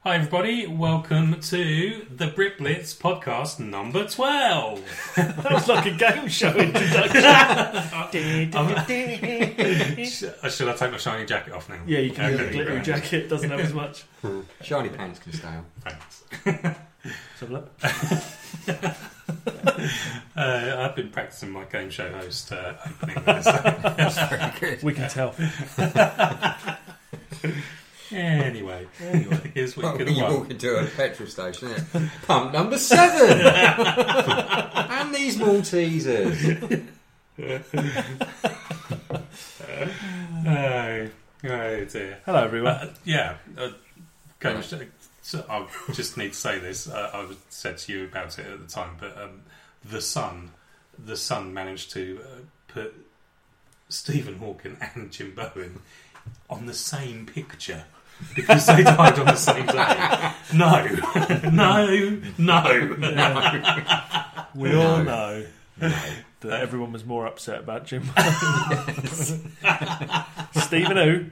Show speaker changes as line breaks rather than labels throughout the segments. Hi, everybody. Welcome to the Brit Blitz podcast number 12.
That was like a game show introduction.
Sh- Uh, Should I take my shiny jacket off now?
yeah, you can
Okay,
get a glittery
great.
jacket, doesn't have as much.
Shiny pants can stay on.
Thanks.
Let's have a look.
Uh, I've been practicing my game show host uh, opening. so-
Very good.
We can tell.
anyway,
Anyway.
here's what
Well,
you
when
could
you
have
walk
won.
into a petrol station, isn't it? pump number seven, and these Maltesers.
Oh, oh dear.
Hello, everyone.
Uh, yeah. Uh, okay, so- so I just need to say this. Uh, I was- said to you about it at the time, but um, the Sun, the Sun managed to uh, put Stephen Hawking and Jim Bowen on the same picture. because they died on the same day. No, no, no.
We
No.
all know that everyone was more upset about Jim. Stephen who?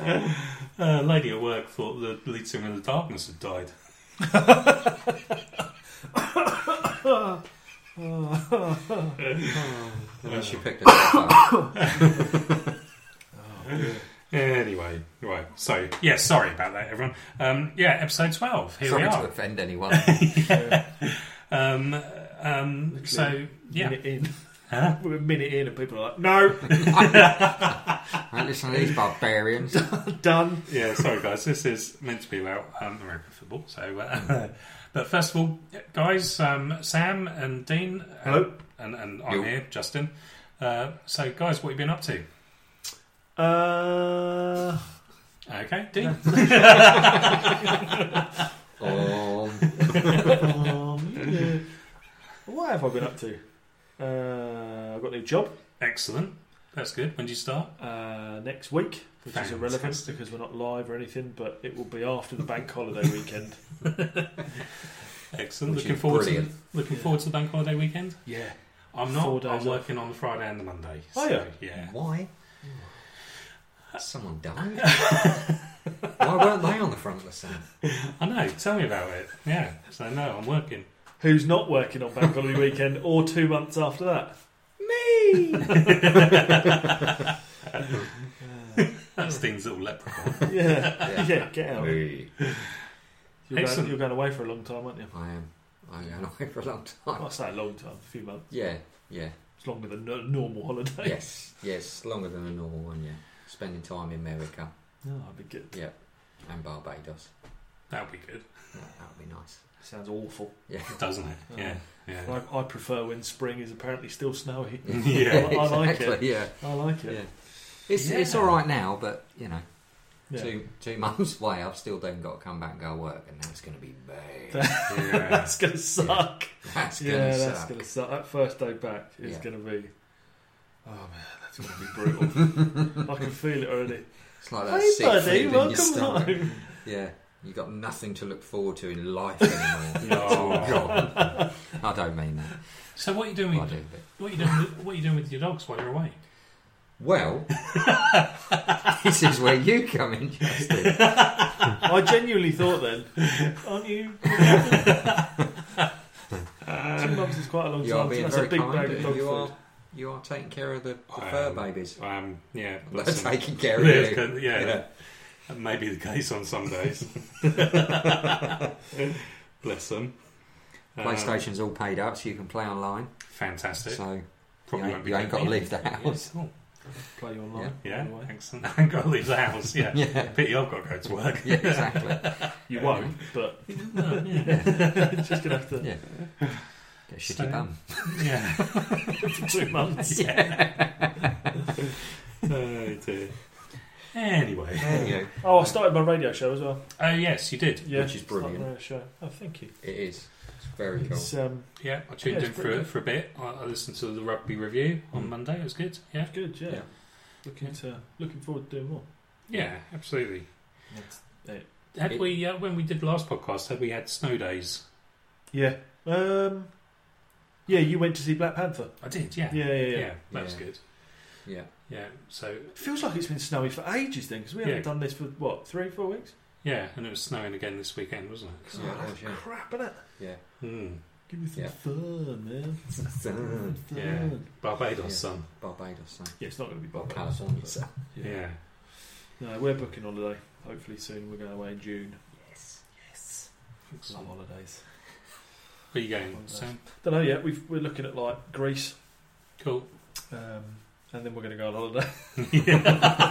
Uh, A lady at work thought the lead singer of the Darkness had died.
And she picked herself up.
Anyway, right. So, yeah, sorry about that, everyone. Um, yeah, episode 12. Here
Sorry
we
to
are.
offend anyone.
Um, um, so, yeah.
Minute in.
Huh?
We're a minute in and people are like, no,
Don't listen to these barbarians.
done.
Yeah, sorry, guys. This is meant to be about um, American football. So, uh, But first of all, guys, um, Sam and Dean. uh,
Hello.
And, and I'm
Yo.
here, Justin. Uh, so, guys, what have you been up to?
Uh,
Okay, Dean.
Oh,
um, yeah. What have I been up to? Uh, I've got a new job.
Excellent. That's good. When do you start?
uh, next week, which is irrelevant
Fantastic.
because we're not live or anything, but it will be after the bank holiday weekend.
Excellent.
Which
looking
is
forward
brilliant.
to looking
Yeah.
forward to the bank holiday weekend.
Yeah.
I'm not.
Four days
I'm
off.
working on the Friday and the Monday.
Oh,
so, yeah.
why? Someone died. Why weren't they on the front of the sand?
I know. Tell me about it. Yeah. So no, I'm working.
Who's not working on bank holiday weekend or two months after that?
That's Dean's little leprechaun.
Yeah.
Yeah.
yeah, get out. You're
Me.
going,
Excellent.
you're going away for a long time, aren't you?
I am. I'm going away for a long
Well,
time.
I say a long time, a few months.
Yeah, yeah.
It's longer than a normal holiday.
Yes, yes. Longer than a normal one, yeah. Spending time in America
No, I'd Oh, be good.
and Barbados.
That'll be good,
That that would be nice.
Sounds awful.
Yeah.
doesn't it?
Oh.
Yeah. Yeah.
I, I prefer when spring is apparently still snowy.
Yeah.
I, I like it.
Exactly, Yeah,
I like
yeah.
it.
It's it's
Yeah.
all right now, but you know,
Yeah.
two two months away, I've still then got to come back and go work, and that's going to be bad.
yeah.
That's going to suck.
That's going
Yeah,
to
that's
suck.
gonna suck. That first day back is
Yeah.
gonna be. Oh man, that's gonna be brutal. I can feel it already.
It's like Oh, that
Hey
sick
buddy,
feeling in your
welcome
stomach.
home.
Yeah, you got nothing to look forward to in life anymore.
No.
It's all gone. I don't mean that.
So what are you doing?
I
With,
do. But...
what are you doing? With, what are you doing with your dogs while you're away?
Well, this is where you come in, Justin.
I genuinely thought then, aren't you? Two months is quite a long
You
time.
are
so
being
that's
very
a big
kind.
bag of
and
dog
You
food.
are you are taking care of the, the
I
fur
am.
babies.
Um. Yeah.
They're
bless them.
taking care of
Yeah,
you.
it's good, yeah.
You know?
That may be the case on some days. Bless them. Um,
PlayStation's all paid up, so you can play online.
fantastic.
So you
Probably won't
ain't,
be
you ain't got to
going
leave the
in. Yeah,
house.
cool.
Play you online.
Yeah,
by the way.
excellent. I ain't got to leave the house. Yeah.
Yeah.
Pity I've got to go to work.
Yeah, exactly.
You won't, but Um, just gonna have to
Yeah. Get a shitty
So-
bum.
yeah.
for two months.
yeah. oh dear. Anyway.
Anyway,
Oh, I started my radio show as well.
Oh yes, you did.
Yeah,
Which is
started
brilliant.
my radio show. Oh, thank you.
it is. It's very cool.
It's um,
Yeah, I tuned
Yeah, it's
in for a,
pretty good.
for a bit. I, I listened to the rugby review on
Mm.
Monday. It was good. Yeah.
it's good. Yeah,
Yeah.
looking to looking forward to doing more.
Yeah, absolutely.
it.
Had
It-
we uh, when we did last podcast? Had we had snow days?
Yeah. Um, yeah, you went to see Black Panther.
I did. Yeah.
Yeah, yeah, yeah.
that was
Yeah.
good.
Yeah.
Yeah, so
Feels like it's been snowy for ages then, because we haven't
Yeah.
done this for what three, four weeks.
yeah, and it was snowing again this weekend, wasn't it?
Yeah,
God,
it
that's
was, yeah.
crap, is it?
Yeah.
Mm.
Give me some
Yeah.
fun, man.
Fun.
Fun.
Yeah. Barbados
Yeah.
sun.
Barbados, son.
Yeah, it's not going to be
Or
Bob
Palace on the sun.
Yeah.
No, we're booking holiday. Hopefully soon. We're going away in June.
Yes.
Some holidays.
Where you going? Sam?
Don't know yet. We've, we're looking at like Greece,
Cool.
um, and then we're going to go on holiday.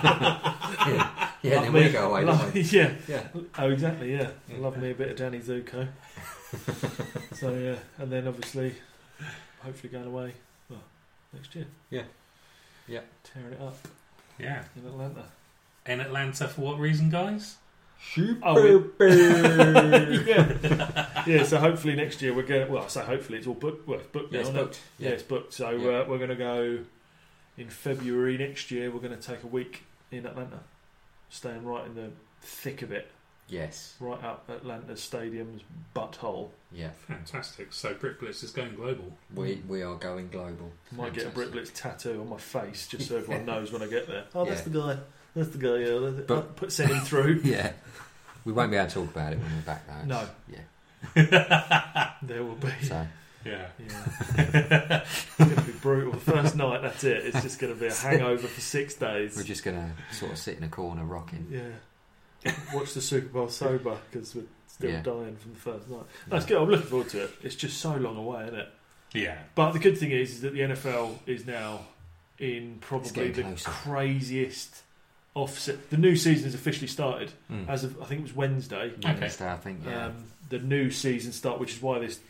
yeah. Yeah, then we go away, don't we?
yeah.
Yeah.
Oh, exactly. Yeah.
Yeah.
Love me a bit of Danny Zuko. so yeah, and then obviously, hopefully going away. Well, next year.
Yeah. Yeah.
Tearing it up
Yeah.
in Atlanta.
In Atlanta for what reason, guys?
Super
Oh,
bird.
yeah. yeah. So hopefully next year we're going. Well, I say hopefully it's all booked. Well, it's booked now.
Yeah, it's
isn't it?
booked.
Yeah,
Yeah.
it's booked. So
Yeah.
uh, we're going to go in February next year. We're going to take a week in Atlanta, staying right in the thick of it,
Yes.
right up Atlanta Stadium's butthole.
Yeah.
Fantastic. So Brit Blitz is going global.
We we are going global.
Might get a Brit
Fantastic.
Blitz tattoo on my face just so everyone knows when I get there. Oh, that's
Yeah.
the guy. That's the guy. Yeah, that's-
But-
uh, put send him through.
Yeah. We won't be able to talk about it when we're back though.
No.
Yeah.
There will be.
So
Yeah.
Yeah. it's going to be brutal. The first night, that's it. It's just going to be a hangover for six days.
we're just gonna sort of sit in a corner rocking.
Yeah. Watch the Super Bowl sober because we're still
Yeah.
dying from the first night. That's good. I'm looking forward to it. It's just so long away, isn't it?
Yeah.
But the good thing is, is that the NFL is now in probably
getting
the
closer.
craziest offset. The new season has officially started
Mm.
as of I think it was Wednesday.
Okay.
Wednesday, I think. uh, Yeah.
Um, the new season start, which is why this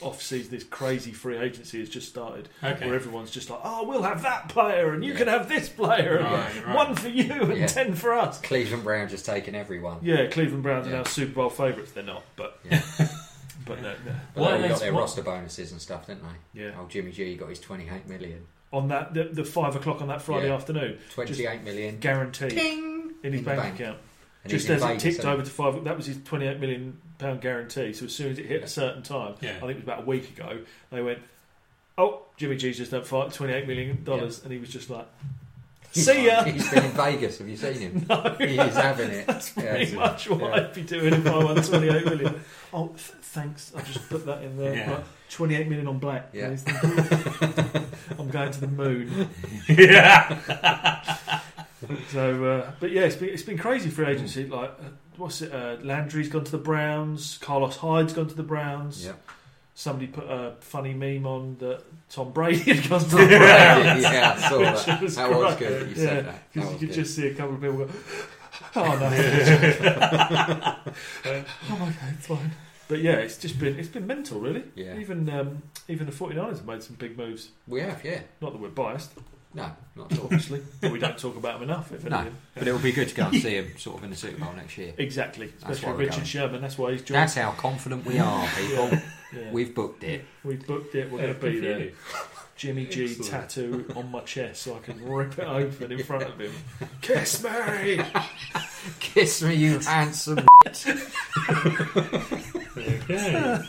off season, this crazy free agency has just started,
Okay.
where everyone's just like, "Oh, we'll have that player, and you
Yeah.
can have this player, and
Right, right.
one for you and
Yeah.
ten for us."
Cleveland Brown just taking everyone.
Yeah, Cleveland Browns
Yeah.
are now Super Bowl favourites. They're not, but
Yeah.
but no, no.
But
Why
they all
they-
got their
what-
roster bonuses and stuff, didn't they?
Yeah.
Oh, Jimmy G got his 28 million.
On that, the, the five o'clock on that Friday
Yeah.
afternoon,
28 million.
guaranteed
Ding!
in his
In the
bank,
bank.
account.
And
Just
he's in
as it
Vegas,
ticked
hasn't he?
over to five, that was his twenty-eight million pound guarantee. So as soon as it hit a certain time,
Yeah.
I think it was about a week ago, they went, "Oh, Jimmy G's just done five, twenty-eight million dollars," and he was just like, "See ya."
He's been in Vegas. Have you seen him? He is having it.
That's
Yeah,
pretty
it's-
much what
yeah.
I'd be doing if I won 28 million. Oh, th- thanks. I just put that in there.
Yeah.
Right, 28 million on black.
Yeah.
please. I'm going to the moon.
yeah.
So, uh, but yeah, it's been, it's been crazy for agency. Like, uh, what's it? Uh, Landry's gone to the Browns. Carlos Hyde's gone to the Browns.
Yeah.
Somebody put a funny meme on that Tom Brady had gone to the Browns.
Yeah, yeah, I saw
Which
that.
was
that was
great.
good that you
Yeah,
said that. That
Because you
was
could
good.
just see a couple of people go, oh no. oh my god, it's fine. But yeah, it's just been it's been mental, really.
Yeah.
Even um, even the 49ers have made some big moves.
We have, yeah.
Not that we're biased,
No, not at all.
obviously. but we don't talk about them enough, if
No,
anything.
but it would be good to go and see him sort of in the Super Bowl next year.
Exactly. Especially
why we're
Richard
going.
Sherman. That's why he's joined.
That's how confident we are, people.
Yeah.
We've booked it.
We've booked it. We're going to be there. Jimmy G tattoo on my chest, so I can rip it open in front of him. Kiss me.
Kiss me, you handsome.
Okay.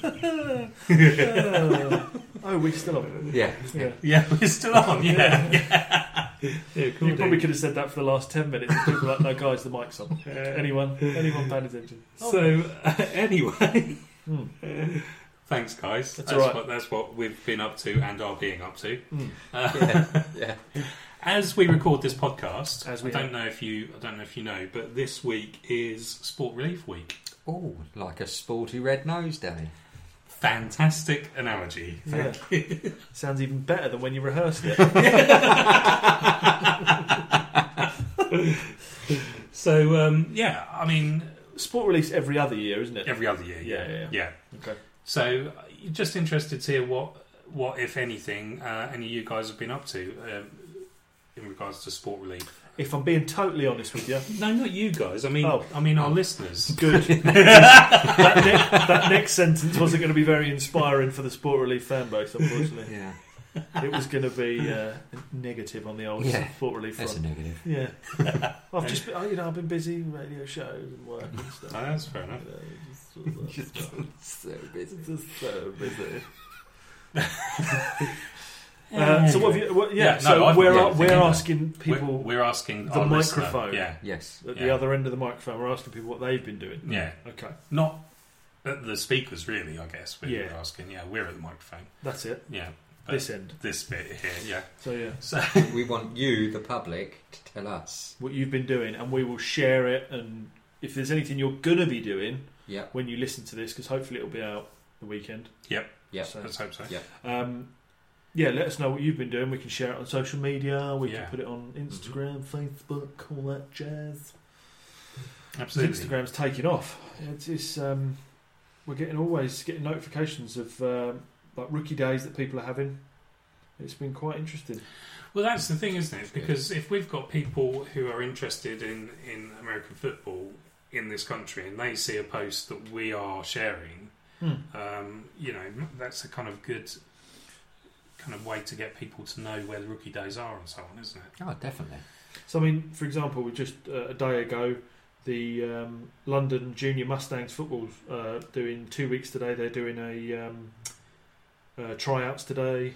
oh, oh, we still on.
yeah.
Yeah.
yeah, we're still on. Oh, Yeah. Yeah. yeah. cool.
You
dude.
probably could have said that for the last 10 minutes. and People were like, no, guys, the mic's on. Anyone, anyone paying attention?
So anyway,
Hmm.
thanks guys.
That's all right.
what that's what we've been up to and are being up to.
Hmm.
Uh,
Yeah. yeah.
As we record this podcast,
As we
I don't know if you I don't know if you know, but this week is Sport Relief Week.
Oh, like a sporty red nose, Danny.
Fantastic analogy.
Yeah. Sounds even better than when you rehearsed it.
So um, yeah, I mean
Sport release every other year, isn't it?
every other year.
Yeah, yeah, yeah.
yeah.
Okay.
So uh, just interested to hear what what if anything uh, any of you guys have been up to um, in regards to Sport Relief.
If I'm being totally honest with you,
No, not you guys. I mean,
Oh.
I mean our listeners.
good. that, ne- that next sentence wasn't going to be very inspiring for the Sport Relief fan base, unfortunately.
Yeah.
It was going to be uh, negative on the old
Yeah.
Sport Relief
That's a
front.
negative.
Yeah. I've just been, oh, you know, I've been busy, radio shows and work and
Oh,
stuff.
that's fair enough.
You know, just all that stuff.
so busy.
It's just so busy. Uh, so what have you? What, yeah,
Yeah, no,
So
I've-
we're
yeah,
we're
yeah.
asking people
we're, we're asking
the
our listener-
microphone.
yeah,
Yes.
at the
yeah.
other end of the microphone. We're asking people what they've been doing.
yeah,
Okay,
not uh, the speakers really. I guess we're
Yeah.
we're asking. Yeah, we're at the microphone.
that's it.
Yeah, But-
This end.
this bit here. Yeah,
So yeah,
we want you, the public, to tell us.
what you've been doing, and we will share it. And if there's anything you're gonna be doing
Yeah.
when you listen to this, because hopefully it'll be out the weekend.
Yep.
Yep.
So,
let's hope so.
Yeah.
um, yeah, let us know what you've been doing. We can share it on social media. We
Yeah. Mm-hmm.
can put it on Instagram, Facebook, all that jazz.
Absolutely.
Instagram's taking off. It's, it's um, we're getting always getting notifications of um like rookie days that people are having. It's been quite interesting.
Well, that's the thing, isn't it?
Yeah.
Because if we've got people who are interested in, in American football in this country and they see a post that we are sharing,
Hmm.
um, you know, that's a kind of good kind of way to get people to know where the rookie days are and so on, isn't it?
Oh, definitely.
So I mean, for example, we just uh, a day ago, the um, London Junior Mustangs football uh, doing two weeks today. They're doing a um, uh, tryouts today.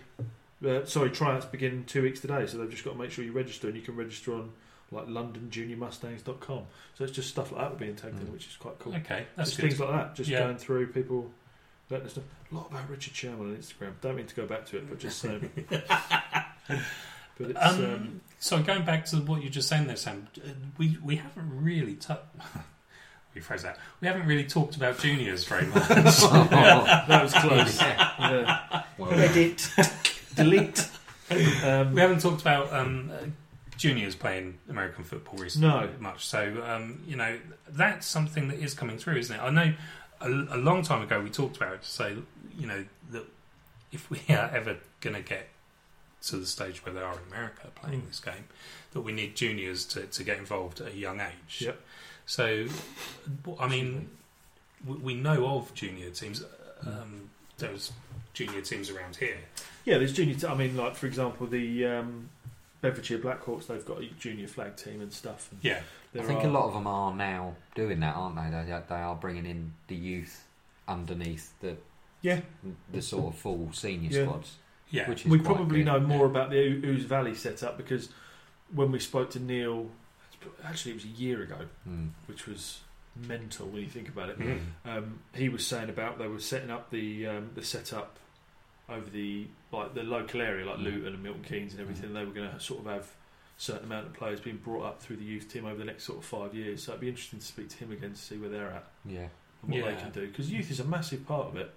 Uh, sorry, tryouts begin two weeks today. So they've just got to make sure you register, and you can register on like LondonJuniorMustangs.com. So it's just stuff like that being tagged in,
Mm.
which is quite cool.
Okay, that's
just
good.
things like that. Just
Yeah.
going through people. Letting us know. A lot about Richard Sherman on Instagram. Don't mean to go back to it, but just saying. but it's,
Um,
um,
so going back to what you just saying there, Sam, uh, we we haven't really touched. Rephrase that. We haven't really talked about juniors very much.
that was close.
Yeah.
Yeah.
Well,
delete. Um,
We haven't talked about um, uh, juniors playing American football recently
No.
much, so um, you know that's something that is coming through, isn't it? I know a, a long time ago we talked about it to say, you know, that if we are ever going to get to the stage where they are in America playing
Mm.
this game, that we need juniors to, to get involved at a young age.
Yep.
So, w- I mean, we, we know of junior teams.
Mm.
Um, there's junior teams around here.
yeah, there's junior. T- I mean, like for example, the um, Bedfordshire Blackhawks. They've got a junior flag team and stuff. And
Yeah.
there
I think
are-
a lot of them are now doing that, aren't they? They, they are bringing in the youth underneath the
Yeah.
the sort of full senior
Yeah.
squads.
Yeah.
Which is
We
quite
probably
good.
know more about the O- Ouse Valley setup because when we spoke to Neil, actually it was a year ago,
Mm.
which was mental when you think about it.
Mm.
um, he was saying about they were setting up the um, the setup over the like the local area, like
Mm.
Luton and Milton Keynes and everything. They were going to sort of have certain amount of players being brought up through the youth team over the next sort of five years. So it'd be interesting to speak to him again to see where they're at
Yeah,
and what they
Yeah.
can do because youth is a massive part of it.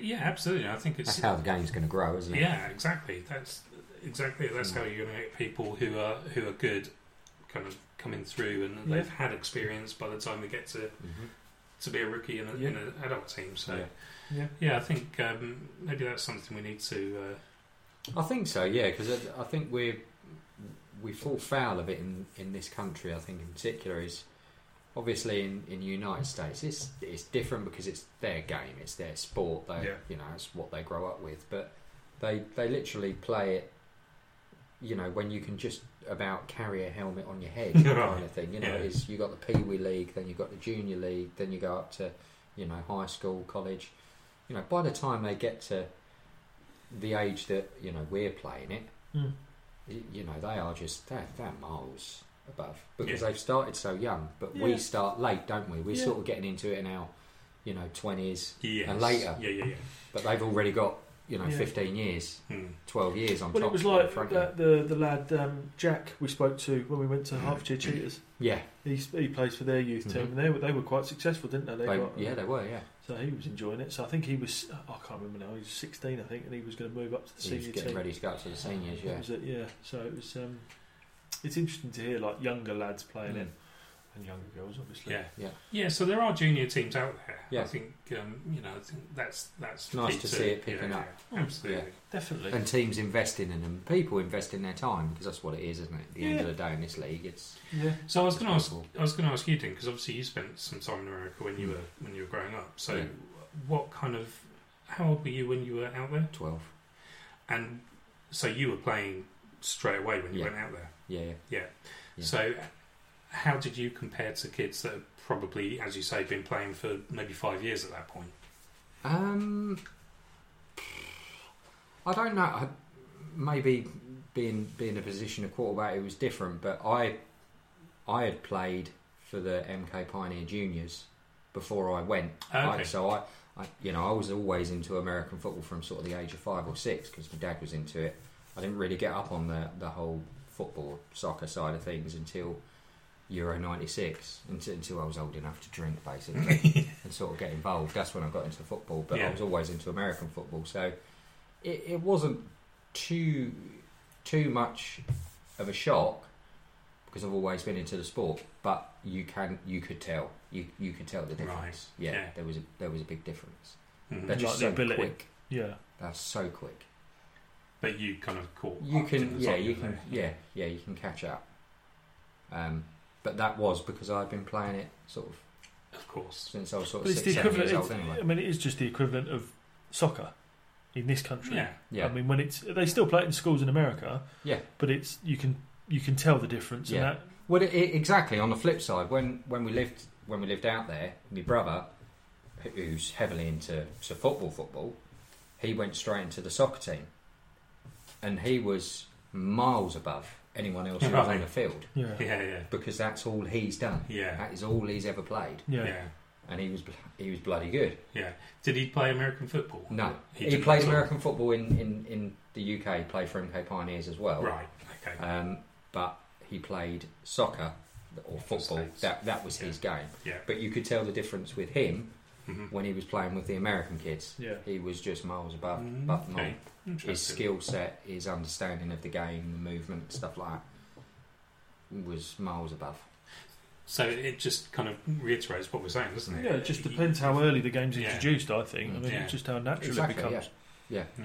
Yeah, absolutely. I think
that's
it's
how the game's going to grow, isn't it?
yeah, exactly. That's exactly that's how you're going to get people who are who are good, kind of coming through, and
Yeah.
they've had experience by the time they get to,
Mhm.
to be a rookie in, a,
Yeah.
in an adult team. So yeah,
Yeah.
Yeah,
I think um, maybe that's something we need to. uh,
I think so. Yeah, because I, I think we we fall foul of it in, in this country. I think in particular is obviously in, in the United States it's it's different because it's their game, it's their sport. They
Yeah.
you know it's what they grow up with, but they they literally play it. You know when you can just about carry a helmet on your head
Right.
kind of thing. You know
Yeah.
is you got the pee wee league, then you got the junior league, then you go up to you know high school, college. You know by the time they get to the age that you know we're playing it,
Mm.
y- you know they are just they're, they're miles above because
Yeah.
they've started so young. But
Yeah.
we start late, don't we? We're
Yeah.
sort of getting into it in our you know twenties,
yeah,
And later.
Yeah, yeah, yeah.
but they've already got you know
Yeah.
fifteen years,
Hmm.
twelve years on
well,
top.
it was
in
like
front of
that, the the lad um, Jack we spoke to when we went
Mm.
to Hertfordshire Cheaters.
them. yeah,
He, he plays for their youth team,
Mhm.
and they were they were quite successful, didn't they?
they,
They got, um, uh,
yeah, they were, yeah.
So he was enjoying it. So I think he was, I can't remember now, he was 16, I think, and he was going to move up to the
He was
senior
getting
team.
ready to go up to the seniors, yeah.
That was it, yeah. So it was, um, it's interesting to hear like younger lads playing
Mm.
it and younger girls, obviously.
Yeah.
Yeah.
yeah. So there are junior teams out there. I
Yeah.
think um, you know. I think that's that's
Nice
key
to see it picking
yeah,
up.
yeah, absolutely.
Definitely.
And teams investing in them, people investing their time because that's what it is, isn't it? At the end of the day, in this league, it's
yeah.
So I was going to ask
Football.
I was going to ask you, Dean, because obviously you spent some time in America when you were when you were growing up. So,
Hmm. Yeah.
what kind of how old were you when you were out there?
twelve.
And so you were playing straight away when you
Yeah.
went out there.
Yeah, Yeah.
So, how did you compare to kids that have probably, as you say, been playing for maybe five years at that point?
Um, I don't know. I, maybe being being a position of quarterback, it was different. But I I had played for the MK Pioneer Juniors before I went.
Okay.
I, so I, I, you know, I was always into American football from sort of the age of five or six because my dad was into it. I didn't really get up on the the whole football soccer side of things until Euro '96, until, until I was old enough to drink, basically and sort of get involved. That's when I got into football, but
Yeah.
I was always into American football, so it, it wasn't too too much of a shock because I've always been into the sport. But you can you could tell you you could tell the difference.
Right,
Yeah,
yeah.
there was a, there was a big difference.
Mhm.
They're
Like the
just so
ability.
quick.
Yeah.
They're so quick.
But you kind of caught.
You
up in
can
the
yeah
time,
you
didn't
can yeah yeah you can catch up. Um, but that was because I'd been playing it sort of
Of course.
since I was sort
But
of
it's the
six seven
equivalent.
years old
it's-
anyway.
I mean, it is just the equivalent of soccer in this country.
Yeah.
Yeah.
I mean, when it's they still play it in schools in America.
Yeah.
But it's you can you can tell the difference.
Yeah.
And
Well, it, it, exactly. On the flip side, when, when we lived when we lived out there, my brother, who- who's heavily into to football, football, he went straight into the soccer team, and he was miles above anyone else who was
Right.
on the field
that. Yeah.
Yeah, yeah.
because that's all he's done.
Yeah.
That is all he's ever played,
Yeah.
Yeah.
Yeah.
and he was bl- he was bloody good.
Did he play American football?
No, he,
didn't
played
at all.
American football in, in, in the UK. He played for MK Pioneers as well.
Right. Okay.
Um, but he played soccer or football.
States.
That that was his game.
Yeah.
But you could tell the difference with him
Mhm.
when he was playing with the American kids.
Yeah.
He was just miles above,
Mm,
above them all.
okay.
His
Interesting.
skill set, his understanding of the game, the movement, stuff like that, was miles above.
So it just kind of reiterates what we're saying, doesn't it?
it just depends how early the game's
Yeah.
introduced. I think. I mean,
Yeah.
it's just how natural
Exactly,
it becomes.
yeah.
Yeah.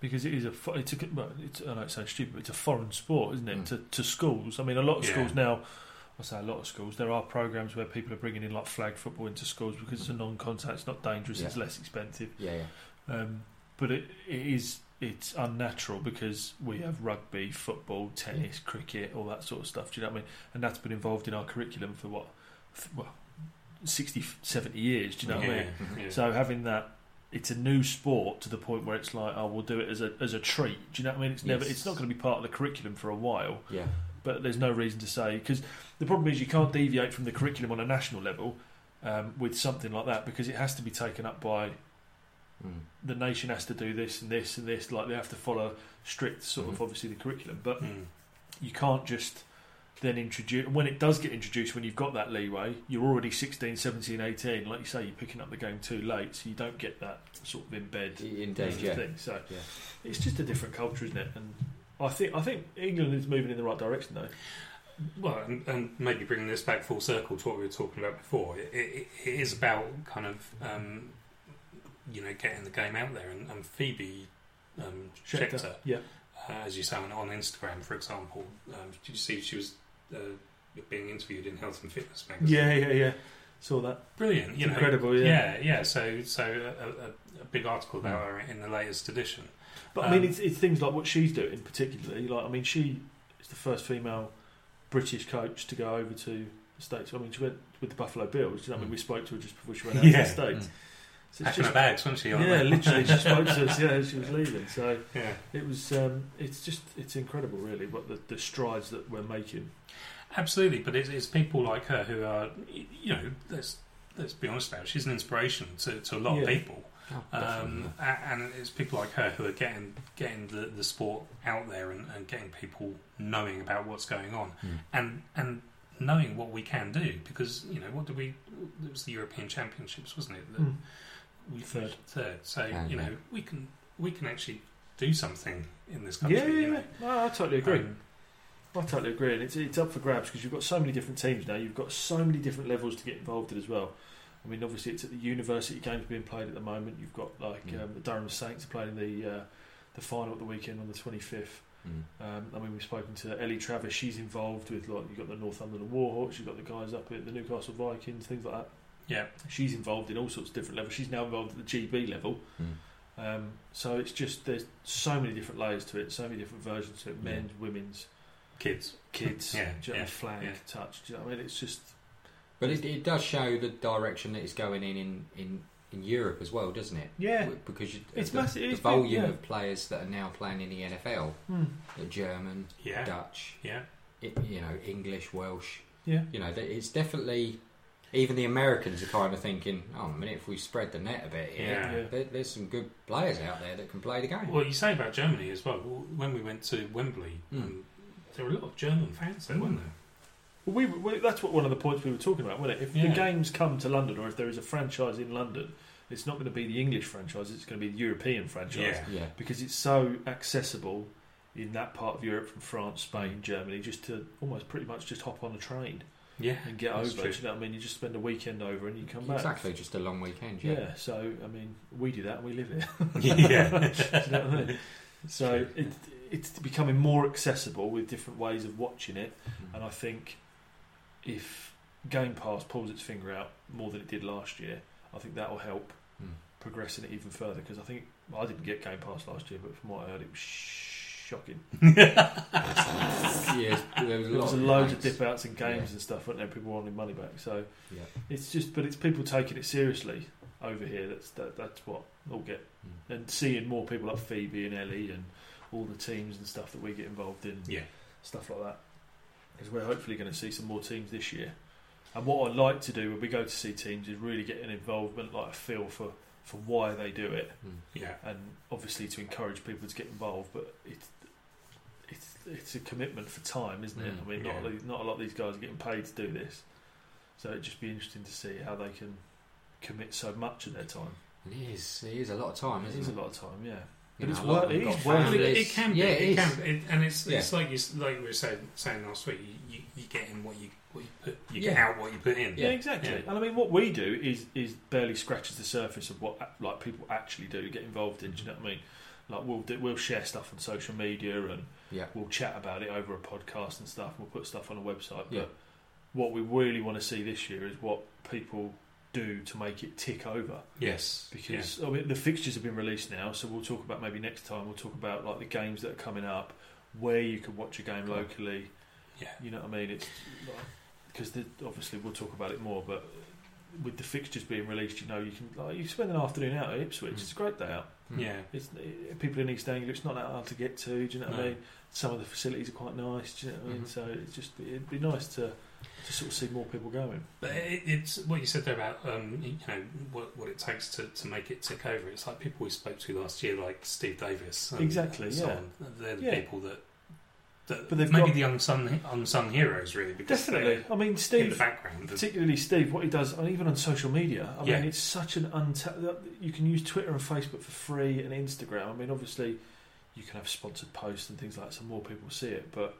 because it is a fo- it's a well, it's, I know it sounds stupid, but it's a foreign sport, isn't it?
Mm.
To, to schools, I mean, a lot of
Yeah.
schools now. I say a lot of schools. There are programs where people are bringing in like flag football into schools because it's a non-contact, it's not dangerous, it's
Yeah.
less expensive.
Yeah, yeah.
Um, but it, it is it's unnatural because we have rugby, football, tennis, cricket, all that sort of stuff. Do you know what I mean? And that's been involved in our curriculum for what, f well, 60, 70 years. Do you know what I mean?
yeah. yeah.
So having that, it's a new sport to the point where it's like, oh, we'll do it as a as a treat. Do you know what I mean? It's never,
Yes.
it's not going to be part of the curriculum for a while.
Yeah,
But there's no reason to say because the problem is you can't deviate from the curriculum on a national level um, with something like that because it has to be taken up by
Mm.
the nation has to do this and this and this. Like they have to follow strict sort of
Mhm.
obviously the curriculum, but
Mm.
you can't just then introduce when it does get introduced when you've got that leeway you're already 16 17 18 like you say you're picking up the game too late so you don't get that sort of embed
indeed.
sort of
Yeah,
thing so
Yeah.
it's just a different culture isn't it and I think I think England is moving in the right direction though
Well, and, and maybe bringing this back full circle to what we were talking about before, it, it, it is about kind of um, you know getting the game out there. And, and Phoebe um, Schechter,
Schechter, yeah
uh, as you say on, on Instagram, for example, um, did you see she was uh, being interviewed in Health and Fitness magazine?
yeah yeah yeah saw that
brilliant.
it's
You know,
incredible yeah.
yeah,
Mm.
yeah. So, so a, a, a big article about her in the latest edition.
but I mean
Um,
it's, it's things like what she's doing particularly like I mean she is the first female British coach to go over to the States I mean she went with the Buffalo Bills do you know what I mean
Mm.
we spoke to her just before she went out
Yeah.
to the States so
Mm.
it's
Packing her
just
bags, wasn't she? on
Yeah,
the-
literally, she spoke to us. Yeah, she was leaving. So
yeah.
it was. Um, it's just. It's incredible, really, what the, the strides that we're making.
Absolutely, but it's, it's people like her who are, y- you know, let's let's be honest about. It, she's an inspiration to, to a lot of
Yeah.
people,
Oh, definitely.
um, a- and it's people like her who are getting getting the, the sport out there and, and getting people knowing about what's going on
Mm.
and and knowing what we can do because you know what did we? It was the European Championships, wasn't it? That we
Hmm. Third.
third. So
Yeah,
you
yeah.
know we can we can actually do something in this country.
Yeah,
you
yeah,
know.
yeah. No, I totally agree.
Um,
I totally agree, and it's it's up for grabs because you've got so many different teams now. You've got so many different levels to get involved in as well. I mean, obviously, it's at the university games being played at the moment. You've got like
Mm.
um, the Durham Saints are playing the uh, the final at the weekend on the twenty fifth.
Mm.
Um, I mean, we've spoken to Ellie Travis. She's involved with like you've got the Northumberland Warhawks, you've got the guys up at the Newcastle Vikings, things like that.
Yeah.
she's involved in all sorts of different levels. She's now involved at the GB level.
Mm.
Um, so it's just there's so many different layers to it, so many different versions to it:
Yeah.
men's, women's,
kids.
kids,
Yeah,
do you know what I mean?
yeah,
flag,
yeah.
touch. Do you know what I mean? It's just
But it, it does show the direction that it's going in in, in in Europe as well, doesn't it?
Yeah.
W- Because you,
It's
the,
massive-
the
it's big,
volume
yeah.
of players that are now playing in the NFL,
Hmm.
the German,
Yeah.
Dutch,
Yeah.
i you know, English, Welsh.
Yeah.
You know, that- it's definitely even the Americans are kind of thinking, oh, a minute, if we spread the net a bit here,
Yeah.
Yeah.
there, there's some good players out there that can play the game.
Well, you say about Germany as well. When we went to Wembley,
Mm.
um, there were a lot of German fans there,
Hmm.
weren't there?
Well, we, we, that's what one of the points we were talking about, wasn't it? If
Yeah.
the games come to London, or if there is a franchise in London, it's not going to be the English franchise; it's going to be the European franchise
Yeah.
yeah.
because it's so accessible in that part of Europe, from France, Spain, Germany, just to almost pretty much just hop on a train
Yeah.
and get
That's
over.
true.
Do you know what I mean? You just spend a weekend over and you come back.
Exactly, just a long weekend. Yeah.
Yeah. So I mean, we do that and we live it.
yeah.
Do you know what I mean? So it, it's becoming more accessible with different ways of watching it.
Mm.
And I think if Game Pass pulls its finger out more than it did last year, I think that will help
Mm.
progressing it even further. Because I think I didn't get Game Pass last year, but from what I heard, it was shocking.
Hmm. yeah, there was a
There
lot
was loads of
complaints.
dip outs in games
Yeah.
and stuff, weren't there? People wanting money back. So
Yeah.
it's just, but it's people taking it seriously over here. That's that, that's what they'll get.
Mm.
And seeing more people like Phoebe and Ellie and all the teams and stuff that we get involved in.
Yeah.
stuff like that. Because we're hopefully going to see some more teams this year. And what I like to do when we go to see teams is really get an involvement, like a feel for, for why they do it,
Mm.
Yeah.
and obviously to encourage people to get involved. But it's it's it's a commitment for time, isn't it?
Mm,
I mean, not a
yeah.
lot- not a lot of these guys are getting paid to do this, so it'd just be interesting to see how they can commit so much of their time.
It is. It is a lot of time,
It
isn't
is
it?
a lot of time, yeah.
You
but it's
a lot
wor-
of them
it
got
is worth
Well, it,
it.
families.
it can be,
Yeah,
it,
it is.
can, be. it, and it's it's
Yeah.
like you s- like we were saying, saying last week. You, you, you get in what you what you put, you get
Yeah.
out what you put in.
Yeah,
Yeah.
exactly.
Yeah.
And I mean, what we do is is barely scratches the surface of what like people actually do get involved in. Do you know what I mean? Like we'll do, we'll share stuff on social media and
Yeah.
we'll chat about it over a podcast and stuff. We'll put stuff on a website.
Yeah.
But what we really want to see this year is what people do to make it tick over
Yes,
because I mean, the fixtures have been released now, so we'll talk about maybe next time. We'll talk about like the games that are coming up, where you can watch a game
Cool.
locally.
Yeah.
You know what I mean? It's because obviously we'll talk about it more, but with the fixtures being released, you know, you can like you spend an afternoon out at Ipswich.
Mm.
It's a great day out.
Mm.
yeah,
It's eh, people in East Anglia. It's not that hard to get to. Do you know what
No.
I
Mm-hmm.
mean? Some of the facilities are quite nice. Do you know what I mean?
Mhm.
So it's just it'd be nice to to sort of see more people going.
but it, it's what you said there about um, you know what, what it takes to, to make it tick over. It's like people we spoke to last year, like Steve Davis, and,
Exactly,
and so
yeah.
on. They're the
Yeah.
people that that
But
but
they've
maybe
got-
the unsung unsung heroes really. Because
Definitely. I mean,
they're
Steve.
in the background. and-
particularly Steve, what he does, and even on social media. I
Yeah.
mean, it's such an untapped. You can use Twitter and Facebook for free, and Instagram. I mean, obviously, you can have sponsored posts and things like that, so more people see it. But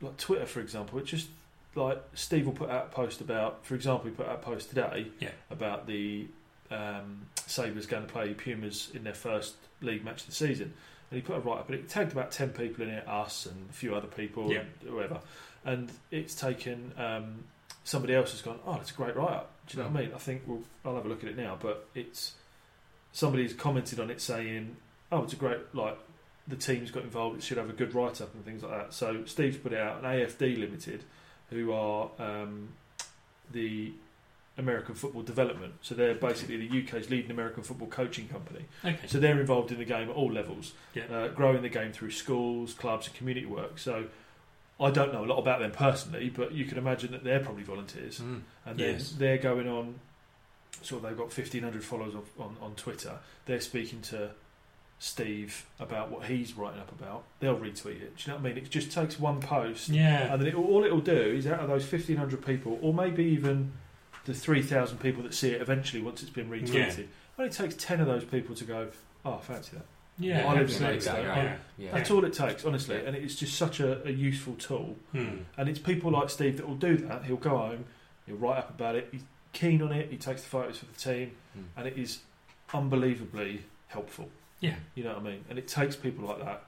like Twitter, for example, it just like Steve will put out a post about, for example, he put out a post today
Yeah.
about the um, Sabres going to play Pumas in their first league match of the season. And he put a write up, and it tagged about 10 people in it, us and a few other people,
Yeah.
and whoever. And it's taken, um, somebody else has gone, oh, that's a great write up. Do you know what I mean? I think we'll, I'll have a look at it now, but it's somebody's commented on it saying, oh, it's a great, like, the team's got involved, it should have a good write up and things like that. So Steve's put it out, and AFD Limited, who are um, the American Football Development. So they're basically the UK's leading American football coaching company.
Okay,
So they're involved in the game at all levels,
Yeah.
uh, growing the game through schools, clubs, and community work. So I don't know a lot about them personally, but you can imagine that they're probably volunteers
Mm.
and then
Hmm. Yes.
they're going on. So they've got fifteen hundred followers of, on on Twitter. They're speaking to Steve about what he's writing up about. They'll retweet it. Do you know what I mean? It just takes one post,
yeah,
and then it, all it'll do is out of those fifteen hundred people, or maybe even the three thousand people that see it eventually once it's been retweeted. Only takes ten of those people to go. Oh, I fancy that.
yeah,
I live in
absolutely.
Leicester,
yeah.
Yeah.
That's all it takes, honestly,
Yeah.
and it's just such a, a useful tool.
Hmm.
And it's people like Steve that will do that. He'll go home, he'll write up about it, he's keen on it, he takes the photos for the team,
Mm.
and it is unbelievably helpful.
Yeah.
You know what I mean? And it takes people like that.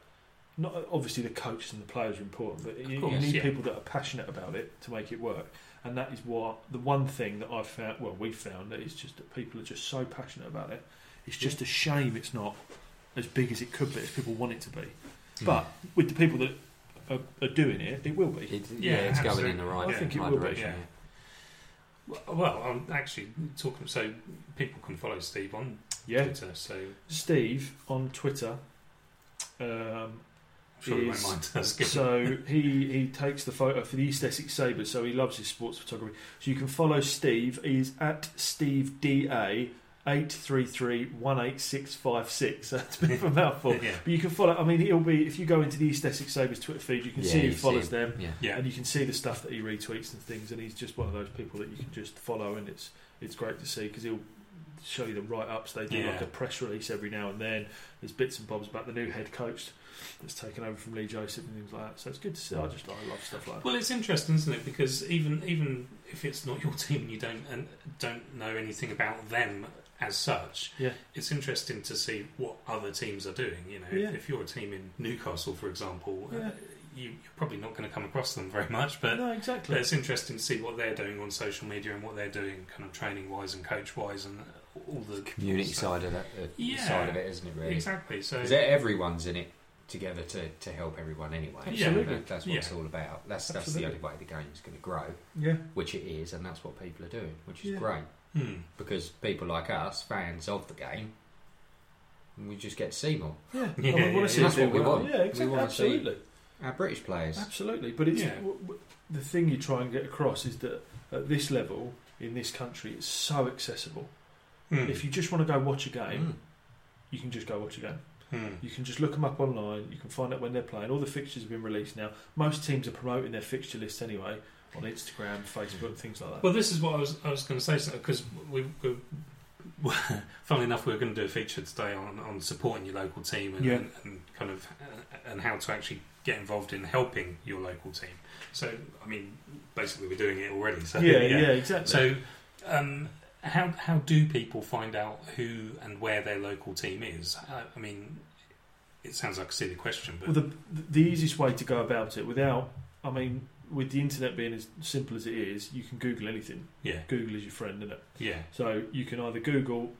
Not obviously the coaches and the players are important, but you, you
course,
need
yeah.
people that are passionate about it to make it work. And that is what the one thing that I've found well, we found that it's just that people are just so passionate about it. It's just a shame it's not as big as it could be, as people want it to be.
Hmm.
But with the people that are, are doing it, it will be.
It, yeah,
Yeah,
it's going
absolutely.
in the right,
I think it
right
will be,
direction.
yeah. Well, I'm actually talking so people can follow Steve on
Yeah,
Twitter, so I'm
Steve on Twitter. Um,
sure he won't
Is-
mind us giving
so he he takes the photo for the East Essex Sabres, so he loves his sports photography. So you can follow Steve. He's at Steve DA eight three three one eight six five six. That's a bit of a mouthful.
yeah.
But you can follow. I mean, he'll be if you go into the East Essex Sabres Twitter feed, you can
Yeah,
see
you
who
see
follows
him.
them.
Yeah.
Yeah.
and you can see the stuff that he retweets and things. And he's just one of those people that you can just follow, and it's it's great to see because he'll show you the write ups. They do like
Yeah.
a press release every now and then. There's bits and bobs about the new head coach that's taken over from Lee Joseph and things like that. So it's good to see. I just I love stuff like that.
Well, it's interesting, isn't it? Because even even if it's not your team and you don't and don't know anything about them as such,
Yeah.
it's interesting to see what other teams are doing. You know,
Yeah.
if you're a team in Newcastle, for example,
Yeah.
uh, you, you're probably not going to come across them very much, but.
no,
But
exactly.
it's interesting to see what they're doing on social media and what they're doing, kind of training wise and coach wise, and all the
Community
stuff.
side of that uh,
Yeah.
side of it, isn't it? Really,
Exactly. So
because everyone's in it together to, to help everyone anyway.
Yeah.
So that- that's what
Yeah.
it's all about. That's that's
Absolutely.
the only way the game's going to grow,
Yeah,
which it is, and that's what people are doing, which is
Yeah.
great.
hmm.
Because people like us, fans of the game, we just get to see more.
yeah.
Yeah,
I want
yeah,
to see
yeah.
us do
That's what we
well.
want.
Yeah,
We
exactly.
want to see-
absolutely.
Our British players,
Absolutely, but it's
Yeah.
w- w- the thing you try and get across is that at this level in this country, it's so accessible.
Hmm.
If you just want to go watch a game,
Mm.
you can just go watch a game.
Hmm.
You can just look them up online. You can find out when they're playing. All the fixtures have been released now. Most teams are promoting their fixture lists anyway on Instagram, Facebook, things like that.
Mm. Well, this is what I was I was going to say because we, we, funnily enough, we were going to do a feature today on, on supporting your local team and,
Yeah.
and, kind of uh, and how to actually get involved in helping your local team. So, I mean, basically, we're doing it already. So
yeah, yeah, exactly.
So, um, how how do people find out who and where their local team is? I, I mean, it sounds like a silly question, but
well, the the easiest way to go about it without, I mean, with the internet being as simple as it is, you can Google anything.
yeah,
Google is your friend, isn't it?
yeah,
So you can either Google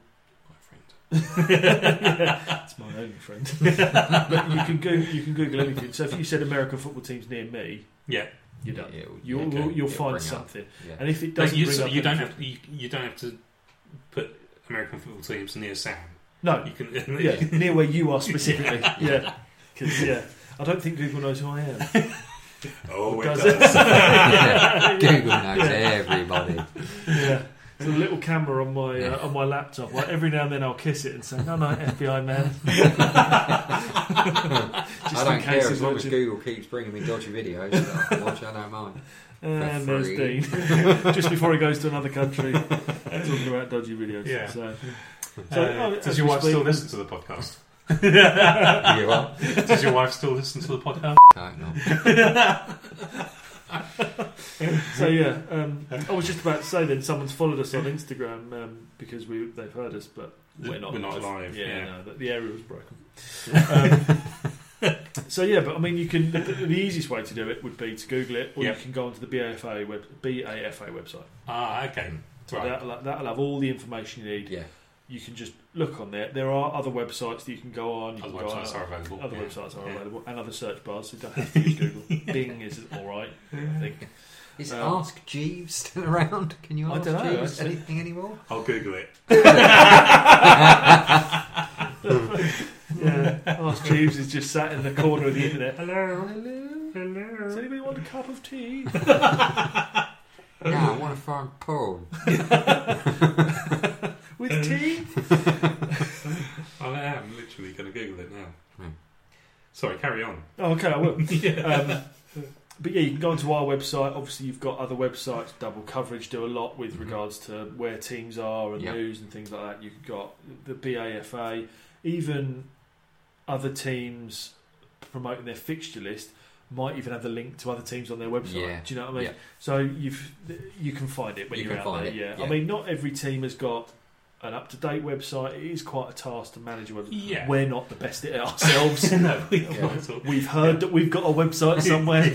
my friend.
it's my only friend. but you can Google, you can Google anything. So if you said American football teams near me,
Yeah,
you're done.
It'll-
You'll
it'll-
you'll,
it'll
you'll
bring
find
up-
something.
yeah.
And if it
Like,
doesn't,
you,
bring
so
up
you don't
anything-
have you, you don't have to put American football teams near Sam.
No,
You can
yeah, near where you are specifically. yeah, because yeah, I don't think Google knows who I am.
oh, it
Does
does.
it?
Google knows eh? everybody.
yeah. It's a little camera on my uh, on my laptop. Like every now and then, I'll kiss it and say, "No, no, FBI man." Just
I
in
don't
case
care
he's
as long as
watching.
Google keeps bringing me dodgy videos that I can watch. I don't mind.
And
For
there's
free.
Dean. Just before he goes to another country, talking about dodgy videos.
Yeah.
So,
Uh,
so oh,
does
as
your
we
wife still
speak-
listen to the podcast?
You what?
Does your wife still listen to the podcast?
No, no.
So yeah, um, I was just about to say then someone's followed us on Instagram um, because we they've heard us, but we're not
We're not live,
Yeah,
yeah.
no, the, the area was broken. um, so yeah, but I mean, you can the, the easiest way to do it would be to Google it, or
Yep.
you can go onto the BAFA web BAFA website.
Ah, okay,
So
right.
that'll, that'll have all the information you need.
Yeah.
You can just look on there. There are other websites that you can go on. You
Other
can go
websites
on,
are available.
other
yeah.
websites are
Yeah.
available and other search bars. So you don't have to use Google. Bing is all right. I think.
Is
Um,
Ask Jeeves still around? Can you
I
ask
don't know,
Jeeves
actually.
anything anymore?
I'll Google it.
Yeah, Ask Jeeves is just sat in the corner of the internet.
Hello,
Hello.
Does
hello.
anybody want a cup of tea?
Yeah, I want to find Paul.
With tea?
I am literally going to Google it now.
Hmm.
Sorry, carry on.
Oh, okay, I will. Um, but yeah, you can go onto our website. Obviously, you've got other websites. Double coverage do a lot with
Mhm.
regards to where teams are and
Yeah.
news and things like that. You've got the BAFA, even other teams promoting their fixture list might even have the link to other teams on their website.
Yeah.
Do you know what I mean?
Yeah.
So you've you can find it when
You
are
can
out
find
there.
it,
Yeah. I
yeah.
mean, not every team has got an up to date website. It is quite a task to manage a website.
Yeah.
We're not the best at it ourselves.
no, we
Yeah.
not at all.
We've heard that we've got a website somewhere.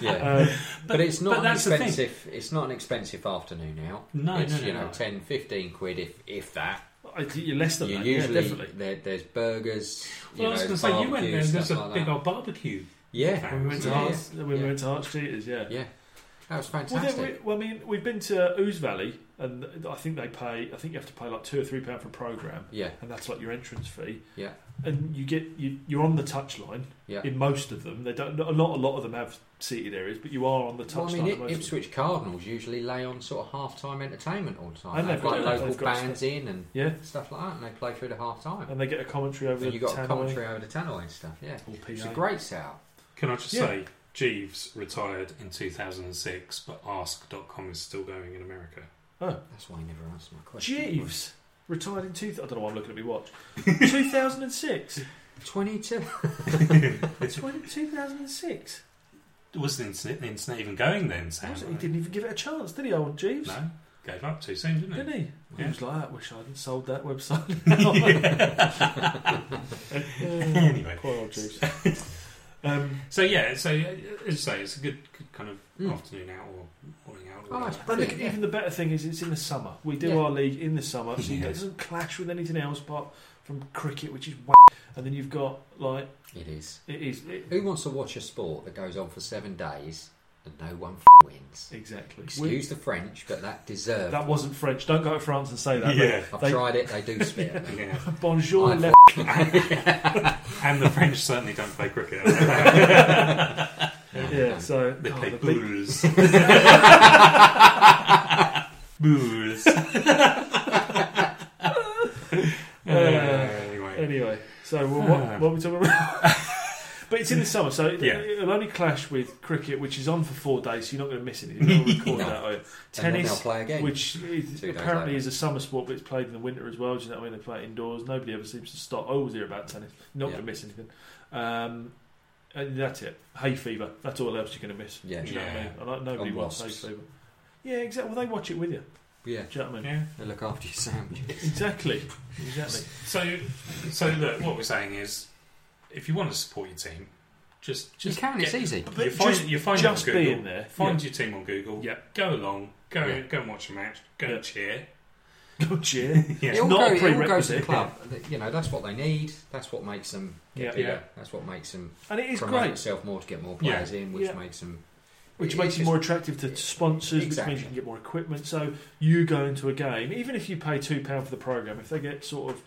Yeah.
Um,
but, it's not
but
an
that's the thing.
expensive. It's not an expensive afternoon out.
No,
it's,
no, no,
you know,
no.
10, 15 quid if if that.
I think you're less than
You
that. yeah,
usually
definitely.
there, there's burgers. You
Well, I was
know,
going to say you went there.
barbecues,
and There's a
stuff like
big
that.
old barbecue.
Yeah,
When we went to
yeah,
ours,
When we
yeah.
went to Arch Cheaters, yeah.
yeah. That was
Well,
fantastic.
then we, well, I mean, we've been to Ooze Valley, and I think they pay. I think you have to pay like two or three pound for a program,
yeah,
and that's like your entrance fee.
Yeah.
And you get you, you're on the touchline
yeah.
in most of them. They don't. Not a lot. A lot of them have seated areas, but you are on the
Well,
touchline.
I mean,
in most
I-
of them.
Ipswich Cardinals usually lay on sort of half-time entertainment all the time.
And
They've
they've
got
got-
local
they've got
bands in and
Yeah,
stuff like that, and they play through to half-time.
and they get a commentary over
And
the
you got a
tannoy.
commentary over the Tannoy and stuff. Yeah,
Or
it's a
PA.
great setup.
Can I just
Yeah.
say, Jeeves retired in 2006, but Ask.com is still going in America.
That's why he never answered my question.
Jeeves retired in two. I don't know why I'm looking at my watch. 2006.
twenty-two.
20, 2006.
Was the internet, the internet even going then, Sam?
Was it? He didn't even give it a chance, did he, old Jeeves?
No, gave up too soon, didn't it?
Didn't he?
Yeah.
He was like, I wish I hadn't sold that website.
Anyway.
Poor old Jeeves. um,
So yeah, so uh, as you say, it's a good, good kind of
Mm.
afternoon out or morning out.
Oh,
or whatever.
it's
and
brilliant.
the-
yeah.
even the better thing is it's in the summer. We do
Yeah.
our league in the summer, so
Yeah.
it doesn't clash with anything else apart from cricket, which is wha- And then you've got, like,
It is.
it is... It,
Who wants to watch a sport that goes on for seven days and no one f- wins?
exactly. We-
Excuse the French, but that deserves.
that wasn't French. Don't go to France and say that.
yeah,
I've
they-
tried it. They do spit. at me.
yeah.
mate. Bonjour,
I-
le-
And the French certainly don't play cricket.
Yeah, so...
They
oh,
play
the big-
booze. booze. Uh, anyway.
Anyway, so well, what,
Um.
what are we talking about? but it's in the summer, so it,
Yeah.
it'll only clash with cricket, which is on for four days, so you're not going to miss anything. You're not gonna record
No.
that, are you?
And then they'll
Tennis,
play again.
which is,
Two days
apparently
later.
is a summer sport, but it's played in the winter as well. Do you know what I mean? They play it indoors. Nobody ever seems to stop. I always hear about tennis. You're not
Yeah.
going to miss anything. Um, and that's it. Hay fever. That's all else you're going to miss.
Yeah.
Do you know what I mean?
Yeah.
I like, nobody
And
wants hay
wasps.
fever. Yeah, exactly. Well, they watch it with you.
yeah,
Do you know what I mean?
Yeah.
they look after your sandwiches.
Exactly. Exactly.
So, so look, what we're saying is, if you want to support your team, just
You
just
can. It's
get-
easy.
But
you find
just-
you find
just
it on Google.
being there.
Find your team on Google.
Yeah.
Go along. Go
Yeah.
go and watch a match. Go
Yeah.
cheer.
Go cheer.
It
Yeah.
all,
not a
goes, it all goes to the
prerequisite,
club. You know, that's what they need. That's what makes them
Yeah.
get bigger.
Yeah.
That's what makes them
And it is
promote
great,
itself more to get more
Yeah.
players in, which
Yeah.
makes them.
which
it-
makes
it's
you
just-
more attractive to sponsors,
Exactly.
which means you can get more equipment. So you go into a game, even if you pay two pound for the program, if they get sort of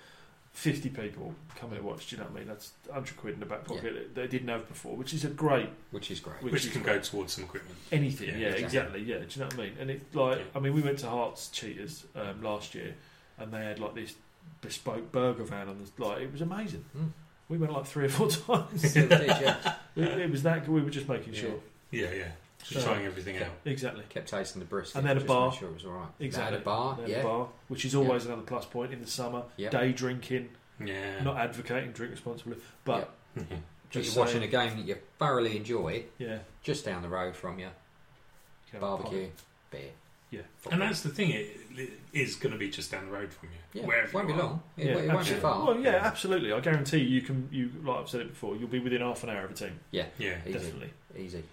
fifty people coming to watch, do you know what I mean? That's hundred quid in the back pocket that they didn't have before, which is a great
which is great.
which,
Which
is
can
great.
go towards some equipment.
anything.
Yeah,
Yeah,
exactly.
exactly. Yeah, do you know what I mean? And it's like,
Yeah.
I mean, we went to Hearts Cheaters um, last year, and they had like this bespoke burger van on the like. It was amazing.
Mm.
We went like three or four times.
Still did, yeah.
it, it was that good. We were just making
Yeah.
sure.
Yeah, yeah. Just
So-
trying everything
Yeah.
out.
Exactly.
Kept tasting the brisket.
And they had a
just
bar.
made Sure, it was all right.
Exactly.
They had a bar.
They had a
Ah, yeah.
bar, which is always another plus point in the summer.
Yeah.
Day drinking,
Yeah.
not advocating drink responsibly, but
Mhm.
Just
just
you're watching
saying,
a game that you thoroughly enjoy,
yeah, you
just down the road from you.
can have a
Barbecue, beer.
Yeah.
Football.
and that's the thing. It, it is going to be just down the road from you.
yeah.
Wherever
won't
you
be
are.
long.
pint.
It, it won't be
absolutely.
far.
Well, yeah, absolutely. I guarantee you, you can. You like I've said it before. You'll be within half an hour of a team,
Yeah.
Easy.
definitely.
Easy.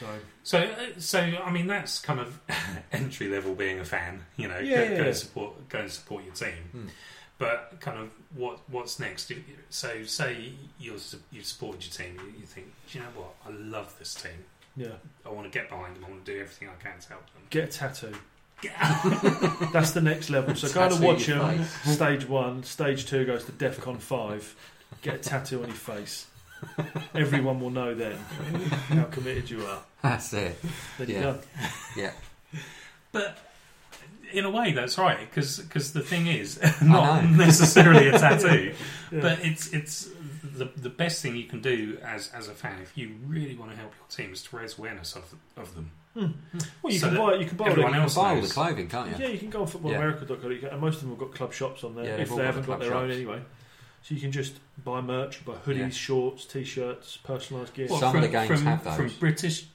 So
So, uh, so I mean, that's kind of entry level being a fan. You know,
Yeah,
go,
yeah,
go
yeah.
and support, go and support your team.
Hmm.
But kind of what what's next? If- So, say you're su- you've supported your team, you, you think, Do you know what, I love this team.
yeah,
I want to get behind them. I want to do everything I can to help them.
get a tattoo.
Get-
That's the next level. So kind of
Tattoo
watch
your
them.
face.
Stage one, stage two goes to DefCon five. Get a tattoo on your face. Everyone will know then how committed you are.
That's it.
Then
Yeah.
you're done.
but in a way, that's right because the thing is
I
not
know.
necessarily a tattoo.
Yeah.
But it's it's the the best thing you can do as as a fan if you really want to help your team is to raise awareness of of them.
Well, you
So
can
that
buy. You can buy.
everyone
it.
else
Buy all the
knows.
clothing, can't you?
Yeah, you can go on footballamerica.co.uk, and most of them have got club shops on there
Yeah, they've
if
all
they
got
haven't
club
got their own
shops.
anyway. So you can just buy merch, you buy hoodies,
Yeah.
shorts, t-shirts, personalised gear.
Well, Some of the games
from,
have those.
From British,